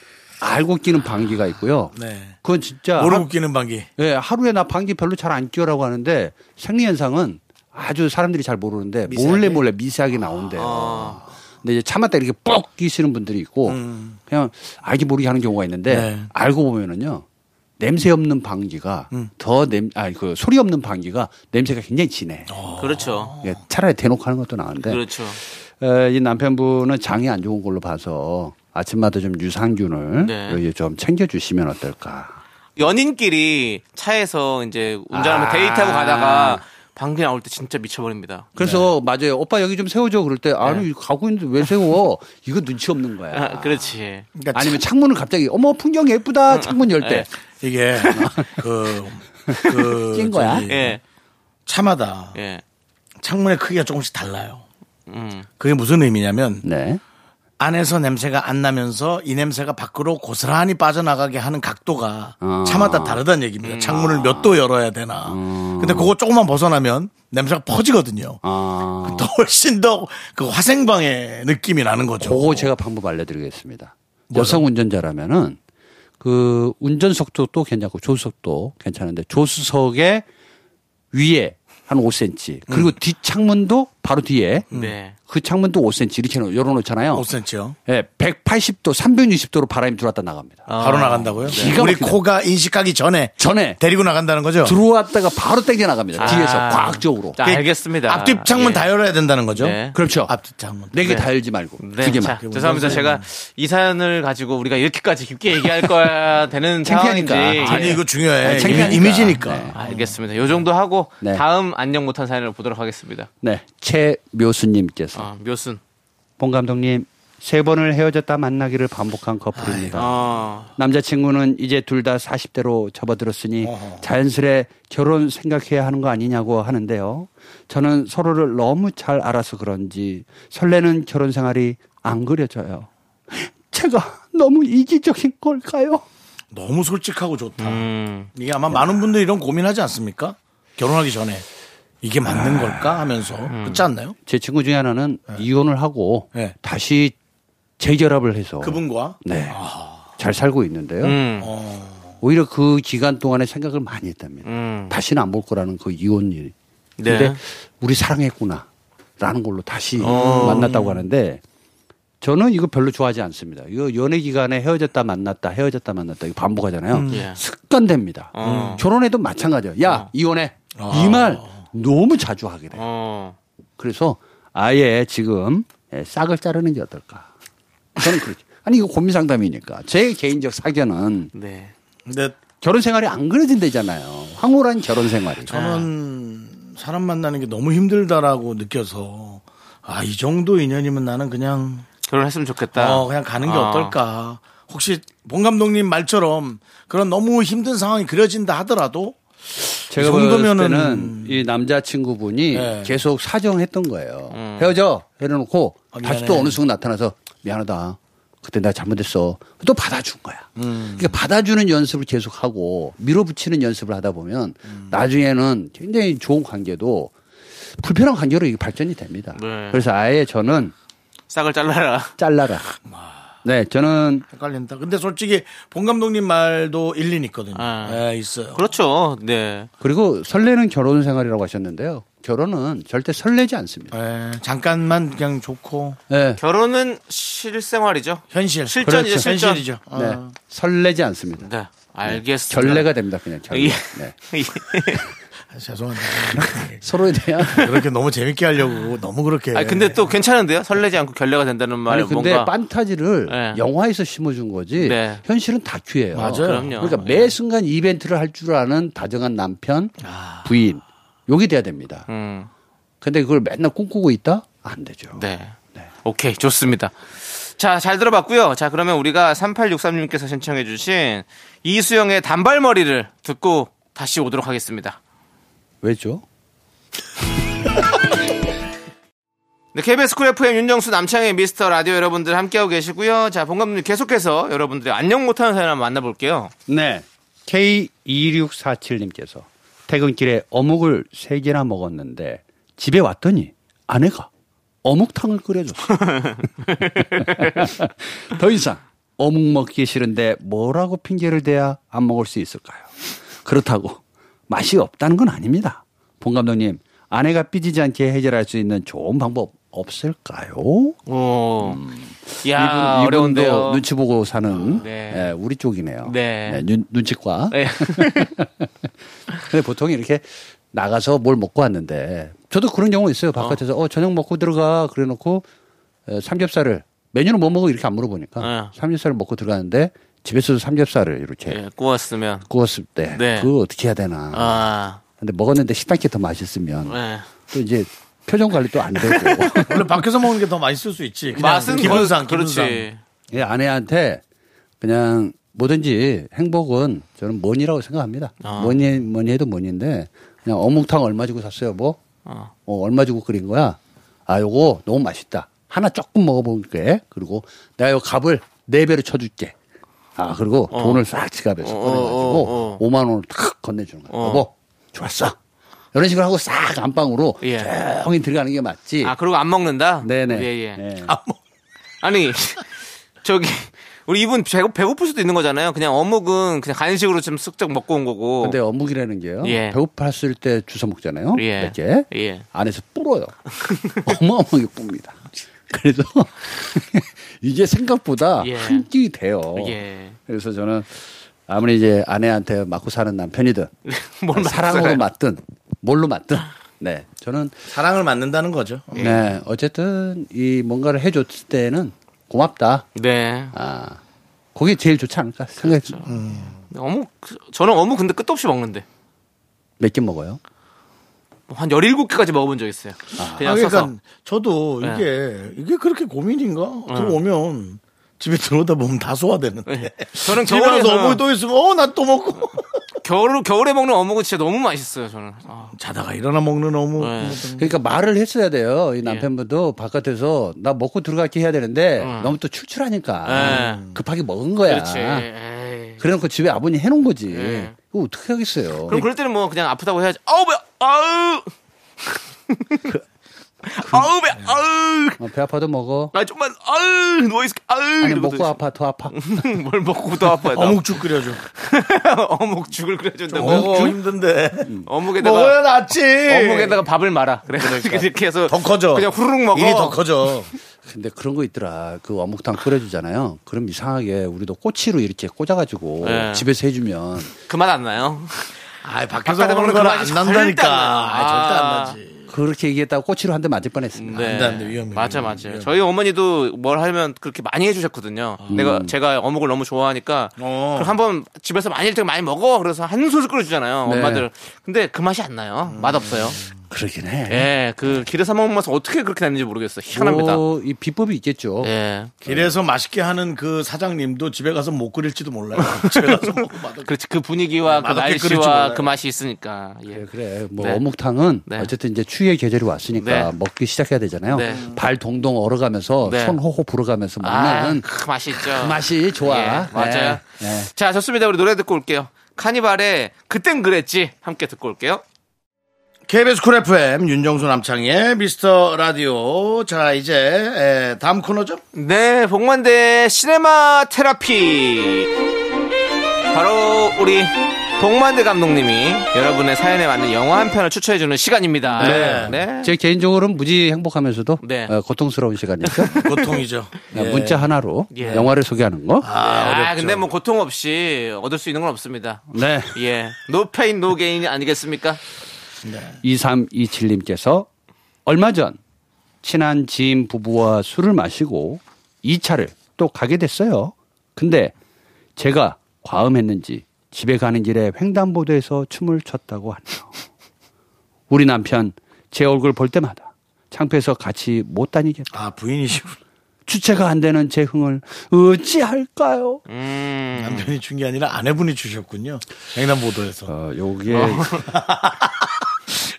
[SPEAKER 5] 알고 끼는 방귀가 있고요.
[SPEAKER 1] 네.
[SPEAKER 5] 그건 진짜
[SPEAKER 1] 모르고 끼는 방귀.
[SPEAKER 5] 예, 하루에 나 방귀 별로 잘 안 끼우라고 하는데 생리 현상은 아주 사람들이 잘 모르는데 몰래 몰래 미세하게 나온대요. 근데 이제 참았다 이렇게 뻑 끼시는 분들이 있고 그냥 알기 모르게 하는 경우가 있는데
[SPEAKER 1] 네.
[SPEAKER 5] 알고 보면은요. 냄새 없는 방귀가 더 냄, 아니 그 소리 없는 방귀가 냄새가 굉장히 진해.
[SPEAKER 2] 그렇죠.
[SPEAKER 5] 예, 차라리 대놓고 하는 것도 나은데.
[SPEAKER 2] 그렇죠.
[SPEAKER 5] 에, 이 남편분은 장이 안 좋은 걸로 봐서 아침마다 좀 유산균을
[SPEAKER 2] 네.
[SPEAKER 5] 여기 좀 챙겨주시면 어떨까.
[SPEAKER 2] 연인끼리 차에서 이제 운전하면
[SPEAKER 5] 아.
[SPEAKER 2] 데이트하고 가다가 방귀 나올 때 진짜 미쳐버립니다.
[SPEAKER 5] 그래서 맞아요. 오빠 여기 좀 세워줘. 그럴 때 아니 가고 있는데 왜 세워? 이거 눈치 없는 거야.
[SPEAKER 2] 아, 그렇지.
[SPEAKER 1] 그러니까
[SPEAKER 5] 아니면 창문을 갑자기 어머 풍경 예쁘다 창문 열 때.
[SPEAKER 1] 이게 그, 그
[SPEAKER 5] 낀 거야?
[SPEAKER 1] 저기
[SPEAKER 2] 예,
[SPEAKER 1] 차마다
[SPEAKER 2] 예,
[SPEAKER 1] 창문의 크기가 조금씩 달라요.
[SPEAKER 2] 음,
[SPEAKER 1] 그게 무슨 의미냐면
[SPEAKER 5] 네.
[SPEAKER 1] 안에서 냄새가 안 나면서 이 냄새가 밖으로 고스란히 빠져나가게 하는 각도가
[SPEAKER 5] 아.
[SPEAKER 1] 차마다 다르다는 얘기입니다. 창문을 몇 도 열어야 되나. 근데 그거 조금만 벗어나면 냄새가 퍼지거든요.
[SPEAKER 5] 아,
[SPEAKER 1] 더 훨씬 더 그 화생방의 느낌이 나는 거죠.
[SPEAKER 5] 그거 제가 방법 알려드리겠습니다. 여성 운전자라면은 그 운전석도 괜찮고 조수석도 괜찮은데 조수석의 위에 한 5cm 그리고 뒷창문도 바로 뒤에
[SPEAKER 2] 네.
[SPEAKER 5] 그 창문도 5cm 이렇게 놓- 열어놓잖아요.
[SPEAKER 1] 5cm요.
[SPEAKER 5] 예, 180도, 360도로 바람이 들어왔다 나갑니다.
[SPEAKER 1] 바로 나간다고요?
[SPEAKER 5] 기가
[SPEAKER 1] 아, 우리
[SPEAKER 5] 막히네.
[SPEAKER 1] 코가 인식하기 전에
[SPEAKER 5] 전에
[SPEAKER 1] 데리고 나간다는 거죠?
[SPEAKER 5] 들어왔다가 바로 땡겨 나갑니다. 뒤에서
[SPEAKER 2] 아.
[SPEAKER 5] 과학적으로.
[SPEAKER 2] 자, 알겠습니다.
[SPEAKER 1] 앞뒤 창문
[SPEAKER 2] 예.
[SPEAKER 1] 다 열어야 된다는 거죠?
[SPEAKER 2] 네.
[SPEAKER 5] 그렇죠.
[SPEAKER 1] 앞뒤 창문.
[SPEAKER 5] 네 개
[SPEAKER 2] 네.
[SPEAKER 5] 다 열지 말고
[SPEAKER 2] 네,
[SPEAKER 5] 두 개만.
[SPEAKER 2] 자, 죄송합니다. 제가
[SPEAKER 5] 네.
[SPEAKER 2] 이 사연을 가지고 우리가 이렇게까지 깊게 얘기할 거야 되는 상황인지.
[SPEAKER 5] 창피하니까.
[SPEAKER 1] 아니
[SPEAKER 2] 예.
[SPEAKER 1] 이거 중요해.
[SPEAKER 5] 아,
[SPEAKER 1] 이미-
[SPEAKER 5] 창피하니까.
[SPEAKER 1] 이미지니까.
[SPEAKER 5] 네.
[SPEAKER 2] 알겠습니다. 요 정도 하고
[SPEAKER 5] 네.
[SPEAKER 2] 다음 안녕 못한 사연을 보도록 하겠습니다.
[SPEAKER 5] 네, 최묘수님께서
[SPEAKER 2] 아, 묘순.
[SPEAKER 5] 봉 감독님 세 번을 헤어졌다 만나기를 반복한 커플입니다.
[SPEAKER 2] 아,
[SPEAKER 5] 남자친구는 이제 둘 다 40대로 접어들었으니 자연스레 결혼 생각해야 하는 거 아니냐고 하는데요. 저는 서로를 너무 잘 알아서 그런지 설레는 결혼 생활이 안 그려져요. 제가 너무 이기적인 걸까요?
[SPEAKER 1] 너무 솔직하고 좋다.
[SPEAKER 2] 음,
[SPEAKER 1] 이게 아마 많은 분들이 이런 고민하지 않습니까? 결혼하기 전에 이게
[SPEAKER 5] 아.
[SPEAKER 1] 맞는 걸까 하면서
[SPEAKER 5] 음.
[SPEAKER 1] 그렇지 않나요?
[SPEAKER 5] 제 친구 중에 하나는 이혼을 하고
[SPEAKER 1] 네.
[SPEAKER 5] 다시 재결합을 해서
[SPEAKER 1] 그분과
[SPEAKER 5] 네. 잘 살고 있는데요.
[SPEAKER 2] 음,
[SPEAKER 5] 오히려 그 기간 동안에 생각을 많이 했답니다.
[SPEAKER 2] 음.
[SPEAKER 5] 다시는 안 볼 거라는 그 이혼 일.
[SPEAKER 2] 네.
[SPEAKER 5] 근데 우리 사랑했구나. 라는 걸로 다시 만났다고 하는데 저는 이거 별로 좋아하지 않습니다. 이거 연애 기간에 헤어졌다 만났다 헤어졌다 만났다 이거 반복하잖아요.
[SPEAKER 2] 예.
[SPEAKER 5] 습관됩니다.
[SPEAKER 2] 어.
[SPEAKER 5] 결혼해도 마찬가지예요. 야, 이혼해. 이 말 너무 자주 하게 돼요.
[SPEAKER 2] 어.
[SPEAKER 5] 그래서 아예 지금 예, 싹을 자르는 게 어떨까. 저는 그렇게. 아니 이거 고민 상담이니까 제 개인적 사견은
[SPEAKER 2] 네.
[SPEAKER 1] 근데
[SPEAKER 5] 결혼 생활이 안 그려진다잖아요. 황홀한 결혼 생활이.
[SPEAKER 1] 저는 사람 만나는 게 너무 힘들다라고 느껴서 아 이 정도 인연이면 나는 그냥
[SPEAKER 2] 결혼했으면 좋겠다.
[SPEAKER 1] 어 그냥 가는 게
[SPEAKER 2] 어.
[SPEAKER 1] 어. 떨까 혹시 봉 감독님 말처럼 그런 너무 힘든 상황이 그려진다 하더라도
[SPEAKER 5] 제가
[SPEAKER 1] 이 정도면은- 음.
[SPEAKER 5] 봤을 때는 이 남자친구분이
[SPEAKER 1] 네.
[SPEAKER 5] 계속 사정했던 거예요.
[SPEAKER 2] 음.
[SPEAKER 5] 헤어져 해놓고
[SPEAKER 1] 아,
[SPEAKER 5] 다시
[SPEAKER 1] 미안해.
[SPEAKER 5] 또 어느 순간 나타나서 미안하다. 그때 내가 잘못했어. 또 받아준 거야.
[SPEAKER 1] 음.
[SPEAKER 5] 그러니까 받아주는 연습을 계속하고 밀어붙이는 연습을 하다 보면
[SPEAKER 1] 음.
[SPEAKER 5] 나중에는 굉장히 좋은 관계도 불편한 관계로 이게 발전이 됩니다.
[SPEAKER 2] 네.
[SPEAKER 5] 그래서 아예 저는
[SPEAKER 2] 싹을 잘라라.
[SPEAKER 5] 잘라라.
[SPEAKER 1] 아.
[SPEAKER 5] 네, 저는
[SPEAKER 1] 헷갈린다. 근데 솔직히 봉 감독님 말도 일리는 있거든요.
[SPEAKER 2] 아.
[SPEAKER 1] 예, 있어요.
[SPEAKER 2] 그렇죠. 네.
[SPEAKER 5] 그리고 설레는 결혼 생활이라고 하셨는데요. 결혼은 절대 설레지
[SPEAKER 1] 예,
[SPEAKER 5] 않습니다.
[SPEAKER 1] 잠깐만 그냥 좋고
[SPEAKER 5] 네.
[SPEAKER 2] 결혼은 실생활이죠.
[SPEAKER 1] 현실
[SPEAKER 2] 실전이죠, 실전.
[SPEAKER 1] 현실이죠. 어.
[SPEAKER 5] 네.
[SPEAKER 2] 아.
[SPEAKER 5] 설레지 않습니다.
[SPEAKER 2] 네. 알겠습니다.
[SPEAKER 5] 결례가 됩니다, 그냥 결례.
[SPEAKER 2] 예.
[SPEAKER 5] 네.
[SPEAKER 1] 죄송합니다.
[SPEAKER 5] 서로에 대한.
[SPEAKER 1] 그렇게 너무 재밌게 하려고 너무 그렇게.
[SPEAKER 2] 아 근데 또 괜찮은데요? 설레지 않고 결례가 된다는 말
[SPEAKER 5] 아니, 근데
[SPEAKER 2] 뭔가
[SPEAKER 5] 판타지를
[SPEAKER 2] 네.
[SPEAKER 5] 영화에서 심어준 거지,
[SPEAKER 2] 네.
[SPEAKER 5] 현실은 다큐예요
[SPEAKER 1] 맞아요.
[SPEAKER 2] 그럼요. 네.
[SPEAKER 5] 그러니까 매 순간 이벤트를 할 줄 아는 다정한 남편, 부인, 욕이 돼야 됩니다.
[SPEAKER 2] 아. 음.
[SPEAKER 5] 근데 그걸 맨날 꿈꾸고 있다? 안 되죠.
[SPEAKER 2] 네.
[SPEAKER 5] 네.
[SPEAKER 2] 오케이, 좋습니다. 자, 잘 들어봤고요. 자, 그러면 우리가 3863님께서 신청해 주신 이수영의 단발머리를 듣고 다시 오도록 하겠습니다.
[SPEAKER 5] 왜죠?
[SPEAKER 2] 네, KBS 쿨 FM 윤정수 남창의 미스터 라디오 여러분들 함께하고 계시고요. 자, 본감독님 계속해서 여러분들의 안녕 못하는 사연 한번 만나볼게요.
[SPEAKER 5] 네. K2647님께서 퇴근길에 어묵을 세개나 먹었는데 집에 왔더니 아내가 어묵탕을 끓여줬어요. 더 이상 어묵 먹기 싫은데 뭐라고 핑계를 대야 안 먹을 수 있을까요? 그렇다고 맛이 없다는 건 아닙니다. 본 감독님, 아내가 삐지지 않게 해결할 수 있는 좋은 방법 없을까요?
[SPEAKER 2] 오. 야,
[SPEAKER 5] 음. 이분,
[SPEAKER 2] 어려운데요.
[SPEAKER 5] 이분도 눈치 보고 사는
[SPEAKER 2] 네.
[SPEAKER 5] 예, 우리 쪽이네요.
[SPEAKER 2] 네.
[SPEAKER 5] 눈, 눈치과.
[SPEAKER 2] 네.
[SPEAKER 5] 근데 보통 이렇게 나가서 뭘 먹고 왔는데 저도 그런 경우 있어요. 바깥에서 어, 저녁 먹고 들어가 그래 놓고 에, 삼겹살을 메뉴는 뭐 먹어 이렇게 안 물어보니까
[SPEAKER 2] 네.
[SPEAKER 5] 삼겹살을 먹고 들어갔는데 집에서도 삼겹살을 이렇게
[SPEAKER 2] 예, 구웠으면.
[SPEAKER 5] 구웠을 때
[SPEAKER 2] 네.
[SPEAKER 5] 그거 어떻게 해야 되나.
[SPEAKER 2] 아,
[SPEAKER 5] 근데 먹었는데 식당께 더 맛있으면
[SPEAKER 2] 네.
[SPEAKER 5] 또 이제 표정 관리 또 안 되고
[SPEAKER 1] 원래 밖에서 먹는 게 더 맛있을 수 있지. 그냥
[SPEAKER 2] 맛은
[SPEAKER 1] 기분상
[SPEAKER 2] 그, 그렇지.
[SPEAKER 1] 기분상.
[SPEAKER 5] 예, 아내한테 그냥 뭐든지 행복은 저는 뭐니라고 생각합니다.
[SPEAKER 2] 아.
[SPEAKER 5] 뭐니 뭐니 해도 뭐니인데 그냥 어묵탕 얼마 주고 샀어요, 뭐?
[SPEAKER 2] 어.
[SPEAKER 5] 어, 얼마 주고 끓인 거야? 아, 요거 너무 맛있다. 하나 조금 먹어볼게. 그리고 내가 요 값을 네 배로 쳐줄게. 아, 그리고 돈을 싹 지갑에서
[SPEAKER 2] 어, 어, 어.
[SPEAKER 5] 꺼내가지고 오만 원을 탁 건네주는 거야.
[SPEAKER 2] 어.
[SPEAKER 5] 여보, 좋았어. 이런 식으로 하고 싹 안방으로
[SPEAKER 2] 예.
[SPEAKER 5] 조용히 들어가는 게 맞지.
[SPEAKER 2] 아, 그리고 안 먹는다?
[SPEAKER 5] 네네.
[SPEAKER 2] 예, 예.
[SPEAKER 5] 네.
[SPEAKER 2] 아니 저기 우리 이분 배고, 배고플 수도 있는 거잖아요. 그냥 어묵은 그냥 간식으로 좀 쓱쩍 먹고 온 거고.
[SPEAKER 5] 근데 어묵이라는 게요.
[SPEAKER 2] 예.
[SPEAKER 5] 배고팠을 때 주워 먹잖아요.
[SPEAKER 2] 예.
[SPEAKER 5] 이렇게
[SPEAKER 2] 예.
[SPEAKER 5] 안에서 불어요. 어마어마하게 뿝니다. 그래서 이게 생각보다
[SPEAKER 2] 예.
[SPEAKER 5] 한 끼 돼요.
[SPEAKER 2] 예.
[SPEAKER 5] 그래서 저는 아무리 이제 아내한테 맞고 사는 남편이든
[SPEAKER 2] 뭘 맞고
[SPEAKER 5] 사랑으로
[SPEAKER 2] 살아요?
[SPEAKER 5] 맞든 뭘로 맞든 네 저는
[SPEAKER 1] 사랑을 맞는다는 거죠.
[SPEAKER 2] 예.
[SPEAKER 5] 네 어쨌든 이 뭔가를 해줬을 때는 고맙다.
[SPEAKER 2] 네.
[SPEAKER 5] 아 그게 제일 좋지 않을까 음. 생각했죠.
[SPEAKER 2] 그렇죠. 어묵 저는 어묵 근데 끝도 없이 먹는데
[SPEAKER 5] 몇 개 먹어요?
[SPEAKER 2] 한 17개까지 먹어본 적 있어요. 그냥
[SPEAKER 1] 아,
[SPEAKER 2] 서서.
[SPEAKER 1] 그러니까 저도
[SPEAKER 2] 네.
[SPEAKER 1] 이게 이게 그렇게 고민인가? 들어오면 집에 들어오다 보면 다 소화되는데.
[SPEAKER 2] 예. 저는
[SPEAKER 1] 집에 가서
[SPEAKER 2] 겨울에는-
[SPEAKER 1] 어묵이 또 있으면 어 나 또 먹고
[SPEAKER 2] 겨울 겨울에 먹는 어묵은 진짜 너무 맛있어요, 저는. 아,
[SPEAKER 1] 자다가 일어나 먹는 어묵.
[SPEAKER 2] 네.
[SPEAKER 5] 그러니까 말을 했어야 돼요. 이
[SPEAKER 2] 예.
[SPEAKER 5] 남편분도 바깥에서 나 먹고 들어갈게 해야 되는데 너무 또 출출하니까
[SPEAKER 2] 예.
[SPEAKER 5] 급하게 먹은 거야.
[SPEAKER 2] 그렇지. 에이.
[SPEAKER 5] 래놓고 집에 아버님 해놓은 거지.
[SPEAKER 2] 예.
[SPEAKER 5] 그거 어떻게 하겠어요.
[SPEAKER 2] 그럼 그럴 때는 뭐 그냥 아프다고 해야지. 아우 배. 아우.
[SPEAKER 1] 그,
[SPEAKER 2] 아우 배. 아우.
[SPEAKER 5] 어, 배 아파도 먹어.
[SPEAKER 2] 아 좀만 아우 누워 있을게. 아우.
[SPEAKER 5] 아니
[SPEAKER 2] 이러고
[SPEAKER 5] 먹고
[SPEAKER 2] 또
[SPEAKER 5] 아파 더 아파.
[SPEAKER 2] 뭘 먹고 더 아파요. 나.
[SPEAKER 1] 어묵죽 끓여줘.
[SPEAKER 2] 어묵죽을 끓여준다고.
[SPEAKER 1] 어묵죽 힘든데
[SPEAKER 2] 어묵에다가
[SPEAKER 1] 먹어야 낫지.
[SPEAKER 2] 어묵에다가 밥을 말아. 그래 그러니까. 이렇게 해서
[SPEAKER 1] 더 커져.
[SPEAKER 2] 그냥 후루룩 먹어.
[SPEAKER 1] 일이 더 커져.
[SPEAKER 5] 근데 그런 거 있더라. 그 어묵탕 끓여주잖아요. 그럼 이상하게 우리도 꼬치로 이렇게 꽂아가지고
[SPEAKER 2] 예.
[SPEAKER 5] 집에서 해주면
[SPEAKER 2] 그맛 안 나요.
[SPEAKER 1] 아 밖에서
[SPEAKER 2] 바깥에
[SPEAKER 1] 먹는
[SPEAKER 2] 먹는
[SPEAKER 1] 건
[SPEAKER 2] 거
[SPEAKER 1] 안
[SPEAKER 2] 맛이
[SPEAKER 1] 난다니까.
[SPEAKER 2] 절대 안 나요.
[SPEAKER 1] 아, 절대 안 나지.
[SPEAKER 5] 그렇게 얘기했다가 꼬치로 한 대 맞을 뻔했습니다.
[SPEAKER 2] 네.
[SPEAKER 1] 안 돼, 위험해,
[SPEAKER 2] 맞아
[SPEAKER 1] 위험해,
[SPEAKER 2] 맞아. 요
[SPEAKER 1] 위험해. 아.
[SPEAKER 2] 저희 어머니도 뭘 하면 그렇게 많이 해주셨거든요. 내가 제가 어묵을 너무 좋아하니까
[SPEAKER 1] 어.
[SPEAKER 2] 그럼 한번 집에서 많이 일때 많이 먹어. 그래서 한 소스 끓여주잖아요.
[SPEAKER 5] 네.
[SPEAKER 2] 엄마들. 근데 그 맛이 안 나요.
[SPEAKER 1] 음.
[SPEAKER 2] 맛 없어요.
[SPEAKER 5] 그러긴 해.
[SPEAKER 2] 예, 그 길에서 먹는 맛은 어떻게 그렇게 됐는지 모르겠어요. 희한합니다.
[SPEAKER 5] 뭐이 비법이 있겠죠.
[SPEAKER 2] 예.
[SPEAKER 1] 길에서 맛있게 하는 그 사장님도 집에 가서 못 끓일지도 몰라요. 집에 가서 먹고 맛없-
[SPEAKER 2] 그렇지 그 분위기와 그
[SPEAKER 1] 맛없게 끓일지 몰라요.
[SPEAKER 2] 날씨와 그 맛이 있으니까. 예.
[SPEAKER 5] 그래, 그래. 뭐
[SPEAKER 2] 네.
[SPEAKER 5] 어묵탕은
[SPEAKER 2] 네.
[SPEAKER 5] 어쨌든 이제 추위의 계절이 왔으니까
[SPEAKER 2] 네.
[SPEAKER 5] 먹기 시작해야 되잖아요.
[SPEAKER 2] 네.
[SPEAKER 5] 발 동동 얼어가면서
[SPEAKER 2] 네.
[SPEAKER 5] 손 호호 불어가면서
[SPEAKER 2] 아,
[SPEAKER 5] 먹는
[SPEAKER 2] 그 맛이 있죠.
[SPEAKER 5] 그 맛이 좋아.
[SPEAKER 2] 예, 맞아요.
[SPEAKER 5] 네. 네.
[SPEAKER 2] 자, 좋습니다. 우리 노래 듣고 올게요. 카니발의 그땐 그랬지 함께 듣고 올게요.
[SPEAKER 1] KBS 쿨 FM 윤정수 남창희의 미스터 라디오. 자 이제 에, 다음 코너죠.
[SPEAKER 2] 네, 복만대 시네마 테라피. 바로 우리 복만대 감독님이 여러분의 사연에 맞는 영화 한 편을 추천해 주는 시간입니다.
[SPEAKER 1] 네.
[SPEAKER 5] 제 개인적으로는 무지 행복하면서도
[SPEAKER 2] 네.
[SPEAKER 5] 어, 고통스러운 시간이죠. 네,
[SPEAKER 1] 고통이죠. 예.
[SPEAKER 5] 문자 하나로
[SPEAKER 2] 예.
[SPEAKER 5] 영화를 소개하는 거.
[SPEAKER 1] 아,
[SPEAKER 2] 아,
[SPEAKER 1] 어렵죠.
[SPEAKER 2] 근데 뭐 고통 없이 얻을 수 있는 건 없습니다.
[SPEAKER 5] 네.
[SPEAKER 2] 예. 노 페인 노 게인 아니겠습니까?
[SPEAKER 5] 2327님께서 얼마 전 친한 지인 부부와 술을 마시고 2차를 또 가게 됐어요. 근데 제가 과음했는지 집에 가는 길에 횡단보도에서 춤을 췄다고 하네요. 우리 남편 제 얼굴 볼 때마다 창피해서 같이 못 다니겠다.
[SPEAKER 1] 아, 부인이시군.
[SPEAKER 5] 주체가 안 되는 제 흥을 어찌할까요? 음.
[SPEAKER 1] 남편이 준 게 아니라 아내분이 주셨군요. 횡단보도에서.
[SPEAKER 5] 어, 요게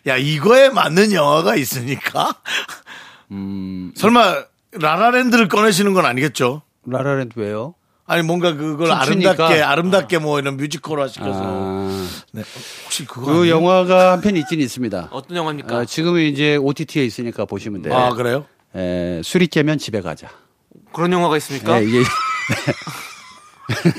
[SPEAKER 1] 야, 이거에 맞는 영화가 있으니까?
[SPEAKER 5] 음.
[SPEAKER 1] 설마, 라라랜드를 꺼내시는 건 아니겠죠?
[SPEAKER 5] 라라랜드 왜요?
[SPEAKER 1] 아니, 뭔가 그걸
[SPEAKER 5] 춤추니까.
[SPEAKER 1] 아름답게, 아름답게 뭐 이런 뮤지컬 하시켜서.
[SPEAKER 5] 아,
[SPEAKER 1] 네. 혹시 그거.
[SPEAKER 5] 그
[SPEAKER 1] 아니에요?
[SPEAKER 5] 영화가 한 편 있긴 있습니다.
[SPEAKER 2] 어떤 영화입니까?
[SPEAKER 5] 아, 지금은 이제 OTT에 있으니까 보시면 돼요.
[SPEAKER 1] 아, 그래요?
[SPEAKER 5] 에, 술이 깨면 집에 가자.
[SPEAKER 2] 그런 영화가 있습니까?
[SPEAKER 5] 네, 이게,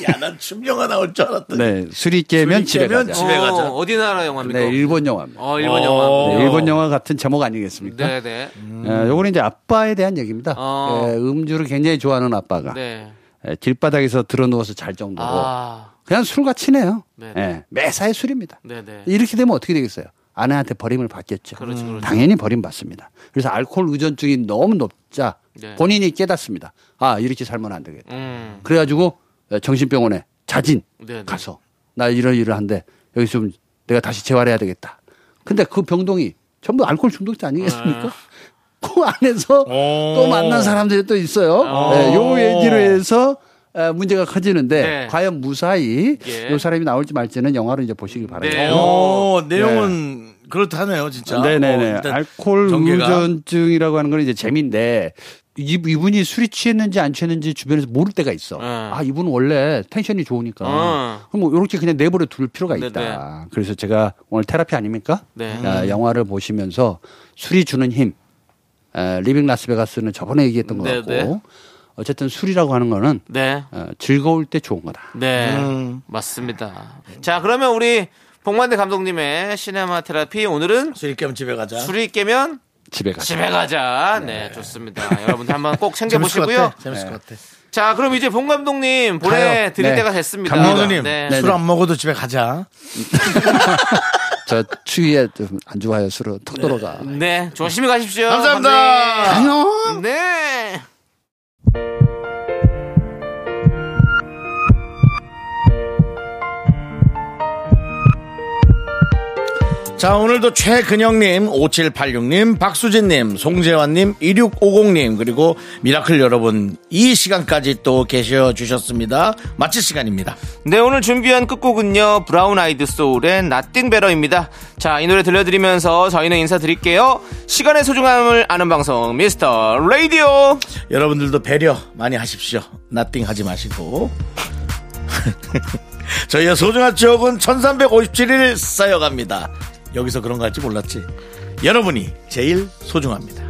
[SPEAKER 1] 야, 난 춤영화 나올 줄 알았더니.
[SPEAKER 5] 네, 술이 깨면
[SPEAKER 1] 술이
[SPEAKER 5] 집에
[SPEAKER 1] 깨면
[SPEAKER 5] 가자.
[SPEAKER 1] 집- 집에 가자.
[SPEAKER 2] 어, 디 나라 영화입니까?
[SPEAKER 5] 네, 일본 영화입니다.
[SPEAKER 2] 어, 일본
[SPEAKER 1] 어.
[SPEAKER 2] 영화.
[SPEAKER 5] 네, 일본 영화 같은 제목 아니겠습니까?
[SPEAKER 2] 네, 네.
[SPEAKER 5] 에, 요거는 이제 아빠에 대한 얘기입니다.
[SPEAKER 2] 어.
[SPEAKER 5] 예, 음주를 굉장히 좋아하는 아빠가
[SPEAKER 2] 네.
[SPEAKER 5] 예, 길바닥에서 들어 누워서 잘 정도로
[SPEAKER 2] 아.
[SPEAKER 5] 그냥 술같이네요.
[SPEAKER 2] 네.
[SPEAKER 5] 예, 매사의 술입니다.
[SPEAKER 2] 네, 네.
[SPEAKER 5] 이렇게 되면 어떻게 되겠어요? 아내한테 버림을 받겠죠.
[SPEAKER 2] 그렇죠, 그렇죠.
[SPEAKER 5] 당연히 버림받습니다. 그래서 알코올 의존증이 너무 높자
[SPEAKER 2] 네.
[SPEAKER 5] 본인이 깨닫습니다. 아 이렇게 살면 안 되겠다.
[SPEAKER 2] 음.
[SPEAKER 5] 그래가지고 어, 정신병원에 자진
[SPEAKER 2] 네, 네.
[SPEAKER 5] 가서 나 이런 일을 한데 여기서 좀 내가 다시 재활해야 되겠다. 근데 그 병동이 전부 알코올 중독자 아니겠습니까? 그 안에서
[SPEAKER 2] 어.
[SPEAKER 5] 또 만난 사람들이 또 있어요. 네, 요 얘기로 해서 에, 문제가 커지는데
[SPEAKER 2] 아. 네.
[SPEAKER 5] 과연 무사히
[SPEAKER 2] 예.
[SPEAKER 5] 요 사람이 나올지 말지는 영화로 이제 보시기 바랍니다.
[SPEAKER 2] 네.
[SPEAKER 1] 어, 내용은 그렇다네요, 진짜.
[SPEAKER 2] 뭐
[SPEAKER 1] 어,
[SPEAKER 5] 네네네.
[SPEAKER 1] 일단
[SPEAKER 5] 알코올
[SPEAKER 1] 전개가.
[SPEAKER 5] 운전증이라고 하는 건 이제 재미인데 이, 분이 술이 취했는지 안 취했는지 주변에서 모를 때가 있어.
[SPEAKER 2] 응.
[SPEAKER 5] 아 이분은 원래 텐션이 좋으니까
[SPEAKER 2] 응.
[SPEAKER 5] 그럼 뭐 이렇게 그냥 내버려 둘 필요가 있다.
[SPEAKER 2] 어. 네네.
[SPEAKER 5] 그래서 제가 오늘 테라피 아닙니까?
[SPEAKER 2] 네.
[SPEAKER 5] 아, 영화를 보시면서 술이 주는 힘. 아, 리빙 라스베가스는 저번에 얘기했던 것 같고
[SPEAKER 2] 네네.
[SPEAKER 5] 어쨌든 술이라고 하는 거는
[SPEAKER 2] 네.
[SPEAKER 5] 어, 즐거울 때 좋은 거다.
[SPEAKER 2] 네.
[SPEAKER 1] 음.
[SPEAKER 2] 맞습니다. 자, 그러면 우리 복만대 감독님의 시네마 테라피 오늘은
[SPEAKER 1] 술이 깨면 집에 가자.
[SPEAKER 2] 술이 깨면
[SPEAKER 5] 집에 가.
[SPEAKER 2] 집에 가자. 네, 좋습니다. 여러분들 한번 꼭 챙겨
[SPEAKER 1] 재밌을 것
[SPEAKER 2] 보시고요.
[SPEAKER 1] 같아. 재밌을 것 같아.
[SPEAKER 2] 자, 그럼 이제 봉 감독님 보내 드릴
[SPEAKER 5] 네.
[SPEAKER 2] 때가 됐습니다.
[SPEAKER 1] 감독님,
[SPEAKER 2] 네.
[SPEAKER 1] 술 안 먹어도 집에 가자.
[SPEAKER 5] 저 추위에 좀 안 좋아요. 술은 턱 들어가.
[SPEAKER 2] 네, 조심히 가십시오.
[SPEAKER 1] 감사합니다.
[SPEAKER 2] 감독님. 네.
[SPEAKER 1] 자, 오늘도 최근영님, 5786님, 박수진님, 송재환님, 2650님, 그리고 미라클 여러분, 이 시간까지 또 계셔 주셨습니다. 마칠 시간입니다.
[SPEAKER 2] 네, 오늘 준비한 끝곡은요. 브라운 아이드 소울의 나띵 베러입니다. 자, 이 노래 들려드리면서 저희는 인사드릴게요. 시간의 소중함을 아는 방송 미스터 라디오.
[SPEAKER 1] 여러분들도 배려 많이 하십시오. 나띵 하지 마시고. 저희의 소중한 추억은 1357일 쌓여갑니다. 여기서 그런 거 할지 몰랐지. 여러분이 제일 소중합니다.